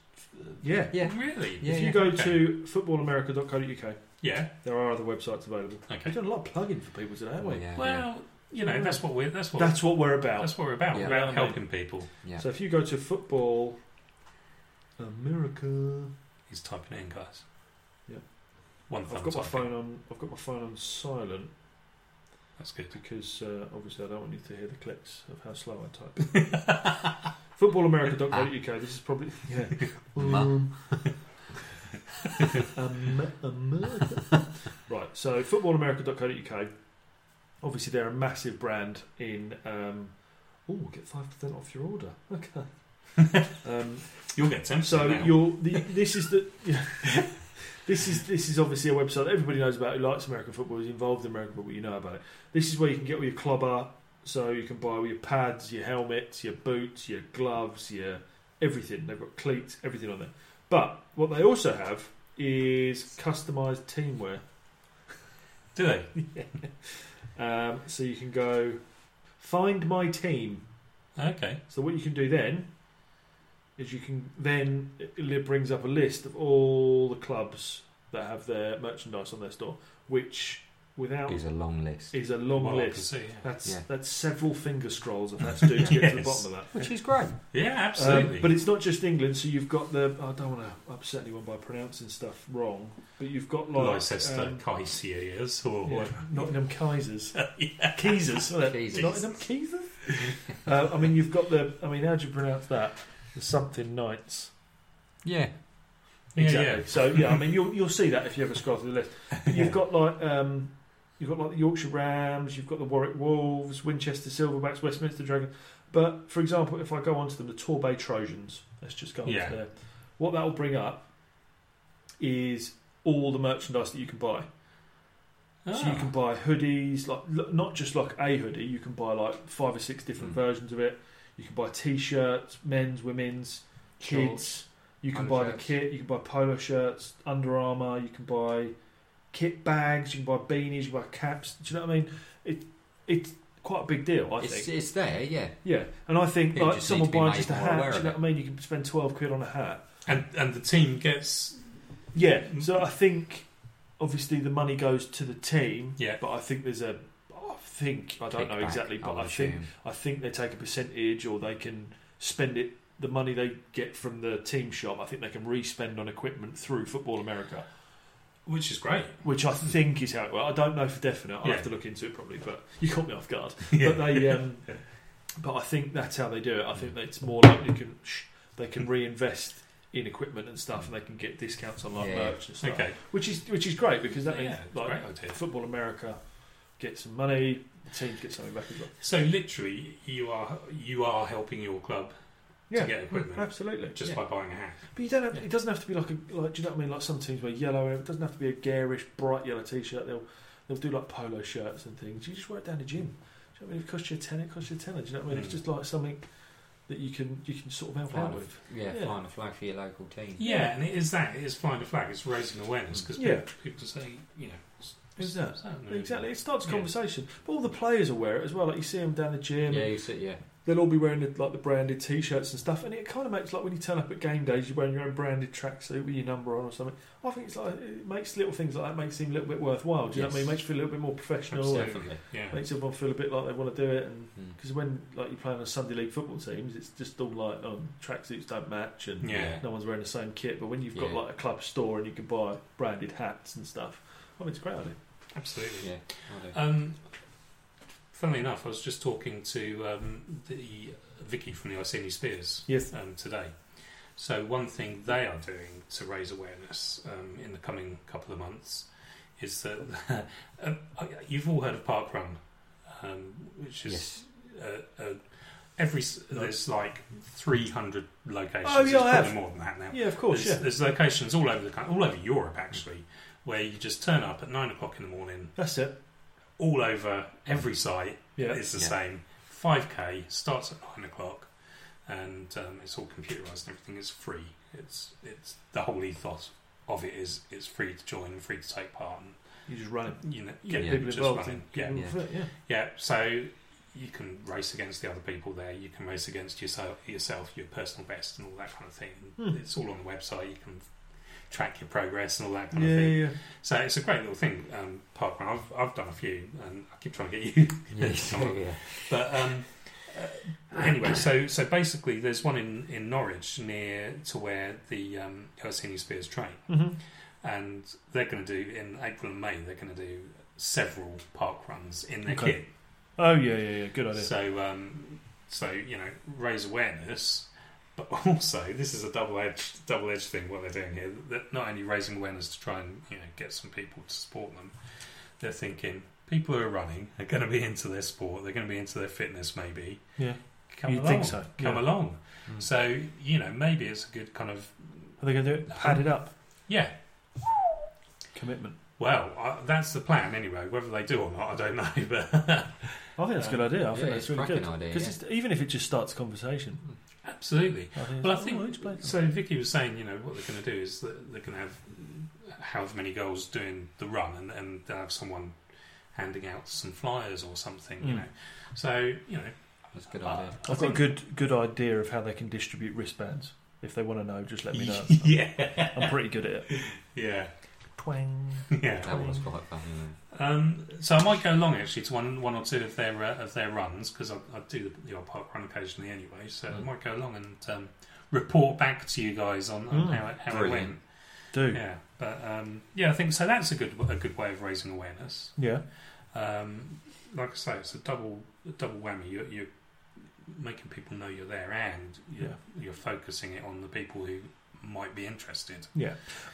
yeah.
Yeah.
really?
Yeah.
if you go to footballamerica.co.uk,
Yeah.
there are other websites available.
Okay.
We've done a lot of plugging for people today, haven't we?
Yeah, yeah,
Well, you know that's what we're that's what
That's what we're about.
that's what we're about.
Yeah.
We're
Yeah.
about helping people.
yeah.
So if you go to football America,
He's typing it in, guys.
Yeah.
One thumb
I've got my
typing.
phone on. I've got my phone on silent
That's good.
because uh, obviously I don't want you to hear the clicks of how slow I type. footballamerica.co.uk. This is probably yeah.
Ma.
Um, Am- America. right, so footballamerica.co.uk. Obviously, they're a massive brand in. Um, oh, get 5% off your order. Okay. Um,
You'll get ten.
so
now.
you're the, this is the this is this is obviously a website that everybody knows about who likes American football is involved in American football you know about it this is where you can get all your club art so you can buy all your pads your helmets your boots your gloves your everything they've got cleats everything on there but what they also have is customised teamwear
do they?
um, so you can go find my team
Okay.
so what you can do then is you can then it it brings up a list of all the clubs that have their merchandise on their store, which without
Is a long list,
is a long
Well, I can
list.
see, yeah.
That's
Yeah.
that's several finger scrolls that that's due to get to the
Yes.
bottom of that.
which is great.
yeah,
Um,
absolutely.
but it's not just England, so you've got the I don't want to upset anyone by pronouncing stuff wrong, but you've got like
Leicester
um,
Kaisers or
yeah, Nottingham Kaisers,
yeah.
Keezers, isn't it?
Keezers.
Nottingham Keezers. uh, I mean, you've got the. I mean, how do you pronounce that? The something Knights.
Yeah,
Yeah,
Exactly.
yeah.
So yeah, I mean you'll you'll see that if you ever scroll through the list. But you've got like um, you've got like the Yorkshire Rams, you've got the Warwick Wolves, Winchester Silverbacks, Westminster Dragons. But for example, if I go onto them, the Torbay Trojans. Let's just go onto
Yeah.
there. What that will bring up is all the merchandise that you can buy. So you
Ah.
can buy hoodies, like l- not just like a hoodie. You can buy like five or six different
Mm.
versions of it. You can buy t-shirts, men's, women's, kids.
Shorts,
you can buy
polo
the
shirts.
kit. You can buy polo shirts, Under Armour. You can buy kit bags. You can buy beanies. You can buy caps. Do you know what I mean? It it's quite a big deal. I
it's,
think.
it's there. Yeah,
Yeah, and I think
People
like
just
someone
need to be
buying
made
just a
more
hat.
aware
Do you
of
know
it.
what I mean? You can spend twelve quid on a hat.
and and the team gets
Yeah,
Mm.
so I think obviously the money goes to the team.
Yeah.
but I think there's a. I think I don't know
Kickback,
exactly, but
I'll
I think
assume.
I think they take a percentage, or they can spend it. The money they get from the team shop, I think they can re-spend on equipment through Football America,
which is great.
which I think is how it works. I don't know for definite. I'll
Hmm. Yeah.
have to look into it probably, but you caught me off guard.
Yeah.
But they, um, but I think that's how they do it. I
Hmm.
think that it's more like they can shh, they can reinvest in equipment and stuff, and they can get discounts on like
Yeah.
merch and stuff
okay.
which is which is great because that means
Yeah, it's a
like
great idea.
football America gets some money, the teams get something back as well.
So literally, you are you are helping your club
Yeah,
to get equipment
absolutely.
just
yeah.
by buying a hat.
But you don't have
Yeah.
it doesn't have to be like a like do you know what I mean? Like some teams wear yellow. It doesn't have to be a garish bright yellow T-shirt. They'll they'll do like polo shirts and things. You just wear it down the gym. Do you know what I mean? If it costs you a tenner, it costs you a tenner. Do you know what I mean?
Mm.
It's just like something that you can you can sort of help
Flying
out
a-
with.
yeah,
Yeah.
flying a flag for your local team.
Yeah, and it is that. It is flying a flag. It's raising awareness because
Yeah.
people, people say, you know, what's-
Is that-
what's that?
Exactly, it starts a
Yeah.
conversation. But all the players will wear it as well. Like you see them down the gym.
yeah, you see, yeah.
they'll all be wearing the, like the branded t-shirts and stuff and it kind of makes like when you turn up at game days you're wearing your own branded tracksuit with your number on or something I think it's like it makes little things like that makes them a little bit worthwhile do you know what I mean
Yes.
it makes you feel a little bit more professional
Absolutely.
Definitely.
Yeah.
and makes everyone feel a bit like they want to do it and
Mm.
because when like you're playing on Sunday league football teams it's just all like oh, tracksuits don't match and
Yeah.
no one's wearing the same kit but when you've got
Yeah.
like a club store and you can buy branded hats and stuff I mean it's a great idea
Absolutely.
Yeah, I do.
Um, funnily enough, I was just talking to um, the Vicky from the Iceni Spears
yes
um, today. So one thing they are doing to raise awareness um, in the coming couple of months is that um, I- you've all heard of Park Run, um, which is uh, uh, every s
No.
there's like 300 locations.
Oh, yeah,
There's
I
probably
have.
more than that now.
yeah of course
there's,
yeah
there's locations all over the coun- all over Europe actually, where you just turn up at nine o'clock in the morning
that's it
all over every site
yeah
is the
Yeah.
same. 5k starts at nine o'clock, and um, it's all computerized and everything. It's free. It's it's the whole ethos of it is it's free to join, free to take part,
you just run it
and you know
get
get
Yeah.
people
people
just
involved
running.
and
Yeah,
people
Yeah.
fit, yeah.
yeah. So you can race against the other people there. You can race against yourself, yourself, your personal best, and all that kind of thing.
Hmm.
It's all on the website. You can track your progress and all that kind
Yeah,
of thing.
yeah,
So it's a great little thing, um, Parkrun. I've I've done a few, and I keep trying to get you
yeah,
Someone-
yeah.
But um, uh, anyway, so so basically, there's one in, in Norwich near to where the um, Orsini Spears train,
yeah. Mm-hmm.
and they're going to do in April and May. They're going to do several park runs in their
Okay.
kit.
Oh yeah, yeah, yeah. Good idea.
So um, so you know, raise awareness, But also, this is a double-edged double-edged thing what they're doing here. They're not only raising awareness to try and you know get some people to support them, they're thinking people who are running are going to be into their sport. They're going to be into their fitness, maybe.
Yeah.
Come
You'd
along.
think so,
Come
yeah.
along.
Mm.
So you know maybe it's a good kind of
Are they going to do it?
Mm-hmm.
Pad it up.
yeah.
Commitment.
Well, I, that's the plan anyway. Whether they do or not, I don't know. But
I think that's
Uh,
a good idea. I
Yeah,
think that's
it's
really
cracking
good.
idea, yeah.
Because even if it just starts conversation,
absolutely.
I think.
Well, I
it's-
think-
oh, it's played.
So Vicky was saying, you know, what they're going to do is that they're going to have however many goals doing the run, and, and they'll have someone handing out some flyers or something, you
Mm.
know. So you know,
That's a good
Ah,
idea.
I've got a good good idea of how they can distribute wristbands. If they want to know, just let me know.
yeah,
I'm pretty good at it.
yeah,
Twang.
yeah.
That one was quite funny.
Um, so I might go along actually to one, one or two of their uh, of their runs because I, I do the, the odd park run occasionally anyway. So I
Hmm.
Mm.
might go along and um, report back to you guys on, on
Mm.
how it, how it
Brilliant.
went.
Do. Yeah.
Yeah, but um, yeah, I think so. That's a good a good way of raising awareness. Um, like I say, it's a double a double whammy. You're, you're making people know you're there, and you're, you're focusing it on the people who might be interested.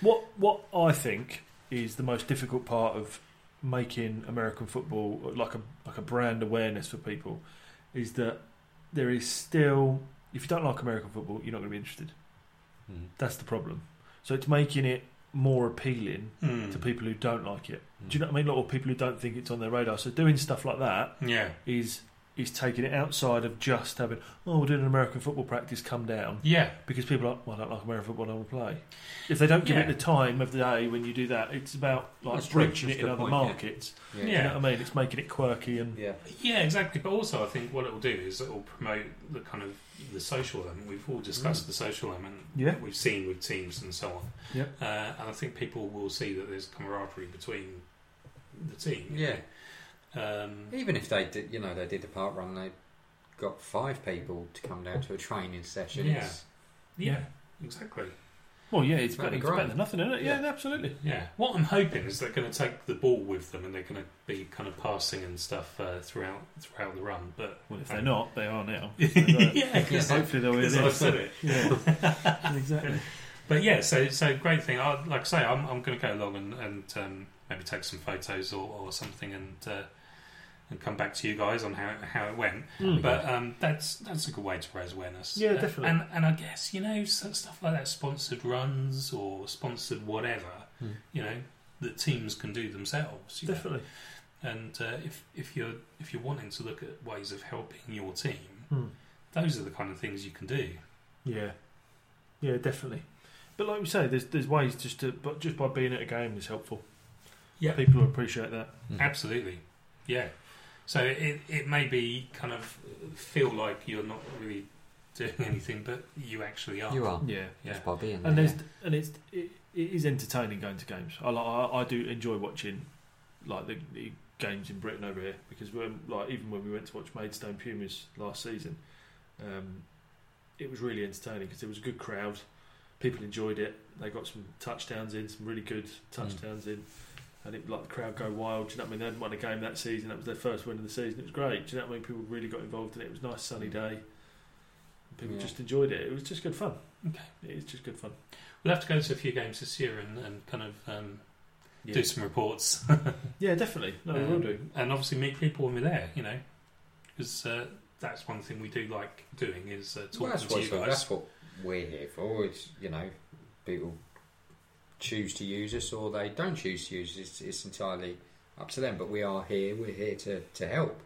What what I think is the most difficult part of making American football like a like a brand awareness for people is that there is still if you don't like American football, you're not going to be interested.
Mm.
That's the problem. So it's making it more appealing
Mm.
to people who don't like it. Do you know what I mean? Like, or people who don't think it's on their radar. So doing stuff like that
Yeah,
is is taking it outside of just having oh we're doing an American football practice come down
yeah,
because people are like, well I don't like American football I want to play if they don't give
Yeah.
it the time of the day when you do that it's about like
That's true.
reaching
That's
it
a
in
good
other
point, yeah.
markets
Yeah.
you know what I mean it's making it quirky and
Yeah.
yeah, exactly. But also, I think what it will do is it will promote the kind of the social element. We've all discussed
Mm.
the social element.
Yeah.
that we've seen with teams and so on.
Yep.
Uh, and I think people will see that there's camaraderie between the team. you
Yeah.
know. Um,
Even if they did, you know, they did the park run, they got five people to come down to a training session.
Yeah.
It's-
Yeah, exactly.
well yeah it's,
That'd
better,
be
it's
great.
better than nothing isn't it yeah,
Yeah.
absolutely
Yeah. What I'm hoping is they're going to take the ball with them and they're going to be kind of passing and stuff uh, throughout throughout the run. But
well if they're not they are now uh,
yeah,
Yeah.
because
hopefully they'll hear
I've
this
said it.
yeah exactly
But yeah, so so great thing. I, like I say, I'm, I'm going to go along and, and um, maybe take some photos or, or something and uh, and come back to you guys on how how it went.
Mm.
But um, that's that's a good way to raise awareness.
Yeah,
Uh,
definitely.
And and I guess you know so- stuff like that, sponsored runs or sponsored whatever,
Hmm.
you know, that teams can do themselves. you know.
definitely
And uh, if if you're if you're wanting to look at ways of helping your team,
Hmm.
those are the kind of things you can do.
Yeah, yeah, definitely. But like we say, there's there's ways just to, but just by being at a game is helpful.
Yeah.
people will appreciate that.
Mm-hmm.
Mm-hmm. Absolutely, yeah. So it it may be kind of feel like you're not really doing anything, but you actually are.
You are.
Yeah,
Yeah.
Just by being
and
there.
there's and it's it, it is entertaining going to games. I like I, I do enjoy watching like the, the games in Britain over here because when like even when we went to watch Maidstone Pumas last season, um, it was really entertaining because there was a good crowd. People enjoyed it. They got some touchdowns in, some really good touchdowns in. And it like the crowd go wild. Do you know what I mean? They hadn't won a game that season. That was their first win of the season. It was great. Do you know what I mean? People really got involved in it. It was a nice
Mm.
sunny day. People
Yeah.
just enjoyed it. It was just good fun.
Okay.
It is just good fun.
We'll have to go to a few games this year and, and kind of um,
Yeah.
do some reports.
Yeah, definitely. No, we
Um,
will do.
And obviously meet people when we're there, you know, because uh, that's one thing we do like doing is uh, talking
Well, that's,
to
what,
you
so
guys.
that's what we're here for. It's, you know, people choose to use us or they don't choose to use us. It's, it's entirely up to them. But we are here. We're here to, to help.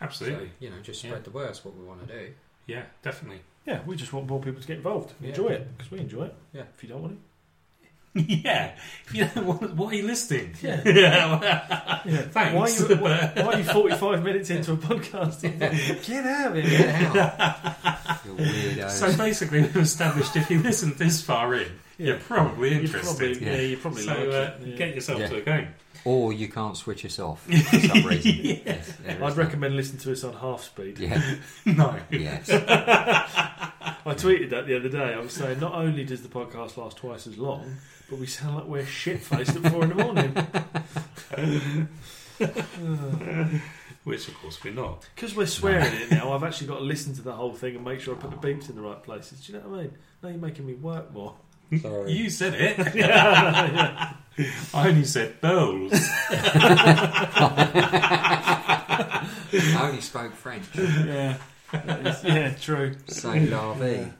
Absolutely,
So, you know, just
Yeah.
spread the word. That's what we want to do.
yeah, definitely.
Yeah, we just want more people to get involved.
Yeah.
Enjoy it because we enjoy it.
Yeah.
If you don't want
yeah, if you don't want, why are you listening?
Yeah.
yeah.
it, yeah.
Ah, Thanks.
Why are you, why, why are you forty-five minutes into a podcast? Get out of here.
Get out. you weirdos.
So basically, we've established if you listen this far in, you're probably
You're
interested.
probably, yeah.
Yeah.
you're probably
So
like
uh,
it. Yeah.
get yourself
Yeah.
to a game.
or you can't switch us off for some reason. Yes, there is
I'd
that.
recommend listening to us on half speed.
Yeah.
No.
Yes.
I tweeted that the other day. I was saying not only does the podcast last twice as long, but we sound like Uh, we're shit faced at four in the morning.
which of course we're not.
Because we're swearing it now, I've actually got to listen to the whole thing and make sure I put the beeps in the right places. Do you know what I mean? Now you're making me work more.
Sorry.
You said it.
yeah,
I only said bowls.
I only spoke French.
yeah, That is- yeah, true.
So larvae.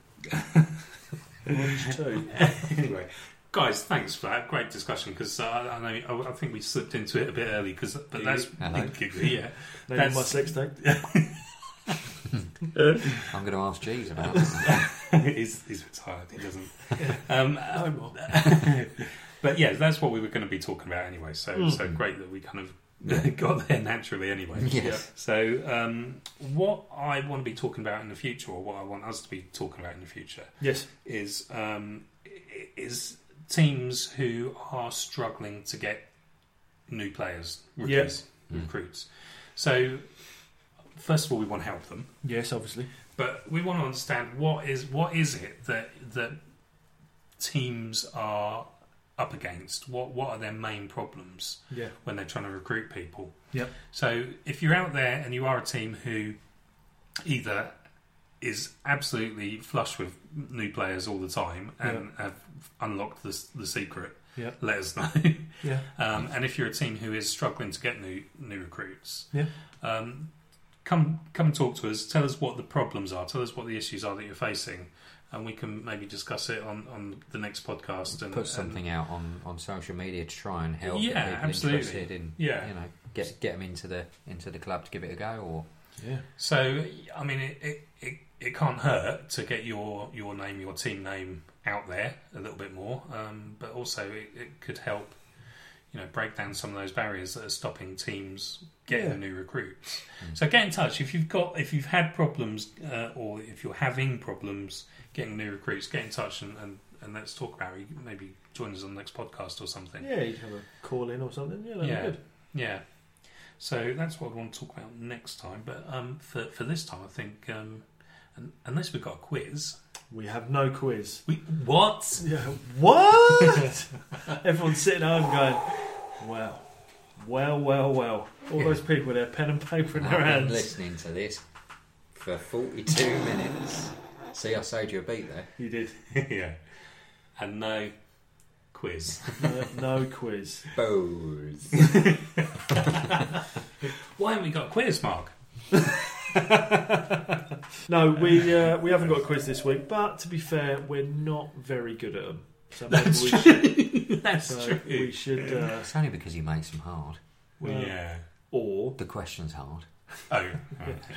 Two.
anyway, guys, thanks for that great discussion because uh, I, I know I, I think we slipped into it a bit early because but
Did
that's
Hello.
yeah.
Name
That's-
of my sex tape.
I'm going to ask Jeeves about that.
he's, he's retired. He doesn't. Um,
No more. Hmm.
but yeah, that's what we were going to be talking about anyway. So so great that we kind of got there naturally anyway.
Yes.
So um, what I want to be talking about in the future, or what I want us to be talking about in the future,
Yes.
is um, i- is teams who are struggling to get new players, rookies,
Hmm.
recruits. So first of all, we want to help them
Yes, obviously.
but we want to understand what is what is it that that teams are up against what what are their main problems
Yeah.
when they're trying to recruit people
Yep.
so if you're out there and you are a team who either is absolutely flush with new players all the time and have unlocked the, the secret
Yep.
let us know
Yeah.
um, and if you're a team who is struggling to get new new recruits
Yeah.
um, come come and talk to us. Tell us what the problems are. Tell us what the issues are that you're facing, and we can maybe discuss it on, on the next podcast. And
Put something out on, on social media to try and help
Yeah,
people
absolutely.
interested in
Yeah.
you know get get them into the into the club to give it a go or
Yeah.
And, so I mean, it, it, it, it can't hurt to get your your name, your team name out there a little bit more, um, but also it, it could help. You know, break down some of those barriers that are stopping teams getting
Yeah.
new recruits. So get in touch if you've got if you've had problems uh, or if you're having problems getting new recruits. Get in touch and, and, and let's talk about it. You can Maybe join us on the next podcast or something.
Yeah, you can have a call in or something. Yeah, that'd
Yeah.
be good.
Yeah. So that's what I want to talk about next time. But um, for for this time, I think um, un- unless we've got a quiz,
We have no quiz.
we what?
Yeah. What? Everyone's sitting at home going, well, well, well, well. All those people with their pen and paper in
I've
their
been
hands.
listening to this for 42 minutes. See, I sold you a beat there.
You did.
yeah. And no quiz.
No, no quiz.
Bows.
Why haven't we got a quiz, Mark?
No, we uh, we haven't got a quiz this week, but to be fair, we're not very good at them. So maybe
That's
we
true.
should,
That's
so
true.
we should uh,
It's only because you make them hard.
well,
yeah.
or
The question's hard.
Oh. all right.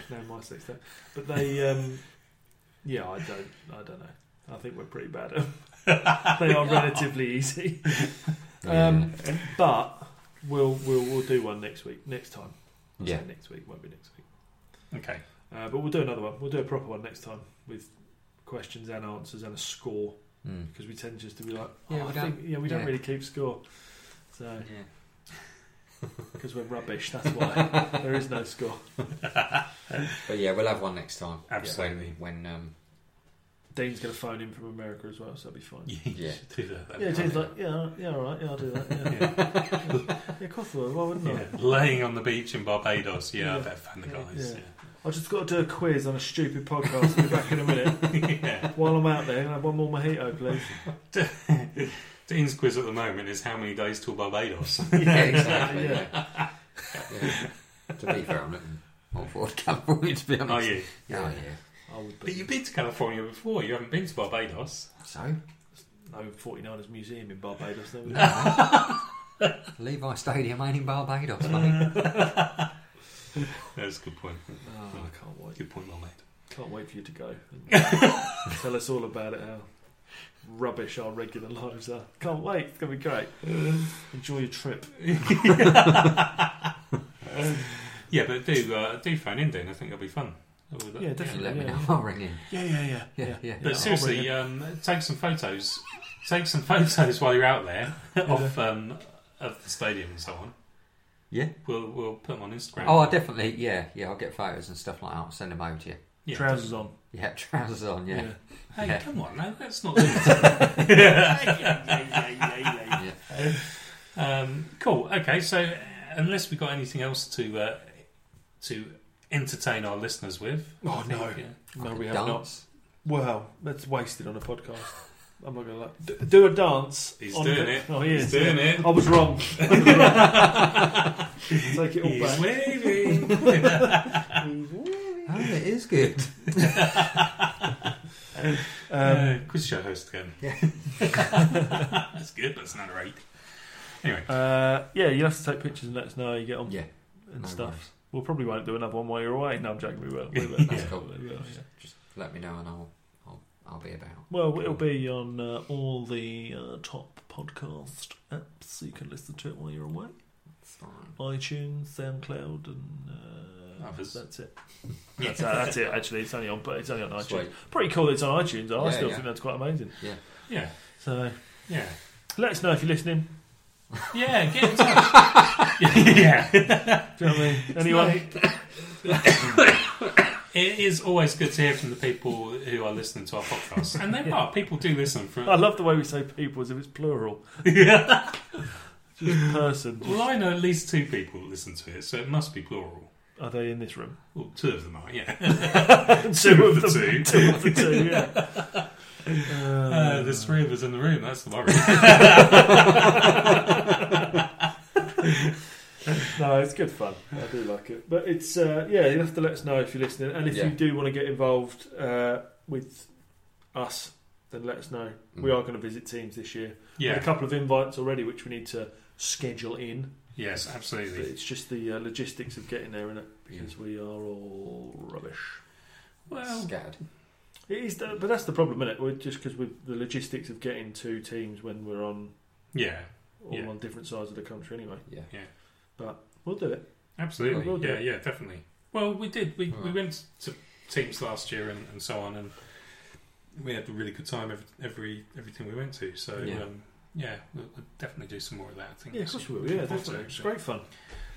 no, my six though. But they, um, yeah, I don't, I don't know. I think we're pretty bad at 'em. they are relatively easy. Um, But we'll we'll we'll do one next week, next time. I'll say
Yeah.
next week won't be next week.
Okay.
Uh, but we'll do another one. We'll do a proper one next time with questions and answers and a score
Yeah. Mm.
because we tend just to be like, oh,
Yeah,
I
we
think, yeah, we don't
yeah.
really keep score. So
Yeah.
because we're rubbish, that's why there is no score.
But yeah, we'll have one next time.
Absolutely.
When, when um,
Dean's going to phone in from America as well, so that'll be fine.
Yeah, you
Yeah.
should do that. That'd
Yeah,
be
Dean's
fun.
like, yeah, all right, yeah, all right, yeah, I'll do that. Yeah, yeah. of course I will. Why wouldn't I?
Yeah, Laying on the beach in Barbados. Yeah, I
Yeah.
better find the
Yeah.
guys.
Yeah.
Yeah.
I just got to do a quiz on a stupid podcast. I'll be back in a minute.
yeah.
While I'm out there, can I have one more mojito, please?
Dean's quiz at the moment is how many days till Barbados?
yeah, exactly.
Yeah.
Yeah. Yeah. To be fair, I'm looking more forward to California, to be
Are
honest.
you?
yeah. Oh, yeah.
I would
But
be.
you've been to California before. You haven't been to Barbados.
So,
No 49ers Museum in Barbados. Though.
Ah.
Levi Stadium ain't in Barbados, mate.
That's a good point.
Oh, I can't wait.
Good point, well made.
Can't wait for you to go. Tell us all about it, how rubbish our regular lives are. Can't wait. It's going to be great. Enjoy your trip.
Yeah, but do uh, do phone in, Dean. I think it'll be fun. Oh, that-
Yeah, definitely.
Let me
Yeah,
know.
yeah.
I'll ring in.
Yeah, yeah, yeah. uh,
Yeah, yeah.
But
I'll
seriously,
bring it.
um, take some photos. Take some photos while you're out there of um, of the stadium and so on.
Yeah.
We'll we'll put them on Instagram.
Oh, I definitely, yeah, yeah. I'll get photos and stuff like that. I'll send them over to you.
yeah.
Trousers on.
Yeah, trousers on. Yeah,
Hey,
Yeah.
come on, no, that's not. limited.
yeah.
um, cool. Okay, so uh, unless we've got anything else to uh, to entertain our listeners with.
Oh,
I think,
no.
yeah.
No,
Like a
we have not.
dance.
Well, that's wasted on a podcast. I'm not going to lie. Do, do a dance.
He's
on
doing
the-
it.
Oh, he
He's
is.
doing it.
I was wrong.
Oh.
Take it all
He's
back.
waving.
Oh, it is good.
Um,
Uh, quiz show host again.
Yeah.
that's good, but it's another eight. Anyway,
uh, yeah, you'll have to take pictures and let us know how you get on
Yeah,
and
no
stuff.
worries.
We'll probably won't do another one while you're away. No, I'm joking. We will. We will.
That's
Yeah,
cool.
we will, yeah.
Just let me know and I'll I'll, I'll be about.
Well, it'll be on uh, all the uh, top podcast apps, so you can listen to it while you're away.
Fine.
iTunes, SoundCloud, and uh,
Others.
that's it.
Yeah.
That's, uh, that's it. Actually, it's only on, but it's only on iTunes.
Sweet.
Pretty cool. that It's on iTunes. and I
Yeah,
still
yeah.
think that's quite amazing.
yeah,
So
yeah,
let us know if you're listening.
yeah. Get in touch. yeah.
Do you know what I mean? Anyone?
It is always good to hear from the people who are listening to our podcast, and they are. People do listen from.
I love the way we say people as if it's plural. Just person.
Well, I know at least two people that listen to it, so it must be plural.
Are they in this room?
Well, two of them are, yeah.
Uh, two
of the two.
Two of the two. Yeah.
Uh, there's three of us in the room. That's the worry.
No, it's good fun. I do like it. But it's, uh, yeah, you have to let us know if you're listening. And if
Yeah.
you do want to get involved uh, with us, then let us know. We
Mm.
are going to visit teams this year. We had a
yeah.
couple of invites already, which we need to schedule in.
Yes,
But
absolutely.
it's just the uh, logistics of getting there, is
Mm.
it? Because we are all rubbish.
Well,
Scattered.
It is, the, but that's the problem, isn't it? We're just because with the logistics of getting two teams when we're on
yeah,
all
Yeah.
on different sides of the country anyway.
Yeah.
We'll do it.
absolutely.
Oh, We'll do
yeah,
it.
yeah, definitely. Well, we did. We, we
Right.
went to teams last year and, and so on, and we had a really good time every, every everything we went to. So,
Yeah.
um, yeah, we'll, we'll definitely do some more of that. I think
Yeah, of
That's-
course we will. Yeah,
look forward to
definitely.
it,
It's
actually.
great fun.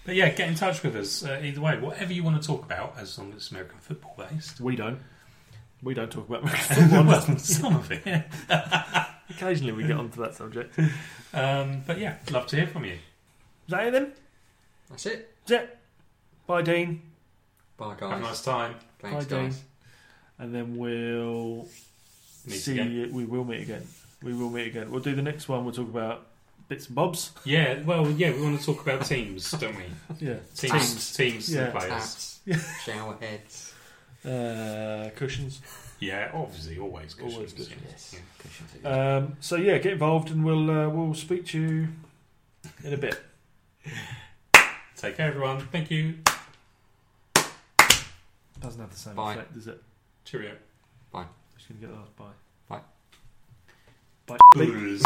But yeah, get in touch with us uh, either way, whatever you want to talk about, as long as it's American football based.
We don't. We don't talk about American football.
well, some of it. yeah.
Occasionally we get onto that subject. Is
Um, but yeah, love to hear from you.
that it then?
That's it.
Bye, Dean.
Bye
Have
guys.
a nice time.
Thanks
Bye, Dean.
guys.
And then we'll
Meet
see.
again.
You. We will meet again. We will meet again. We'll do the next one. We'll talk about bits and bobs.
Yeah, well, yeah, we want to talk about teams, don't we?
Yeah.
Teams, teams,
Yeah.
and players.
Taps. Shower heads.
Uh, cushions.
Yeah, obviously, always cushions.
Always
yeah.
Yes.
Yeah.
Cushions.
Um, so yeah, get involved, and we'll uh, we'll speak to you in a bit.
Take care, everyone. Thank you.
Doesn't have the same
Bye.
effect, does it?
Cheerio.
Just gonna get the last bye.
Bye.
Bye.
Boodles.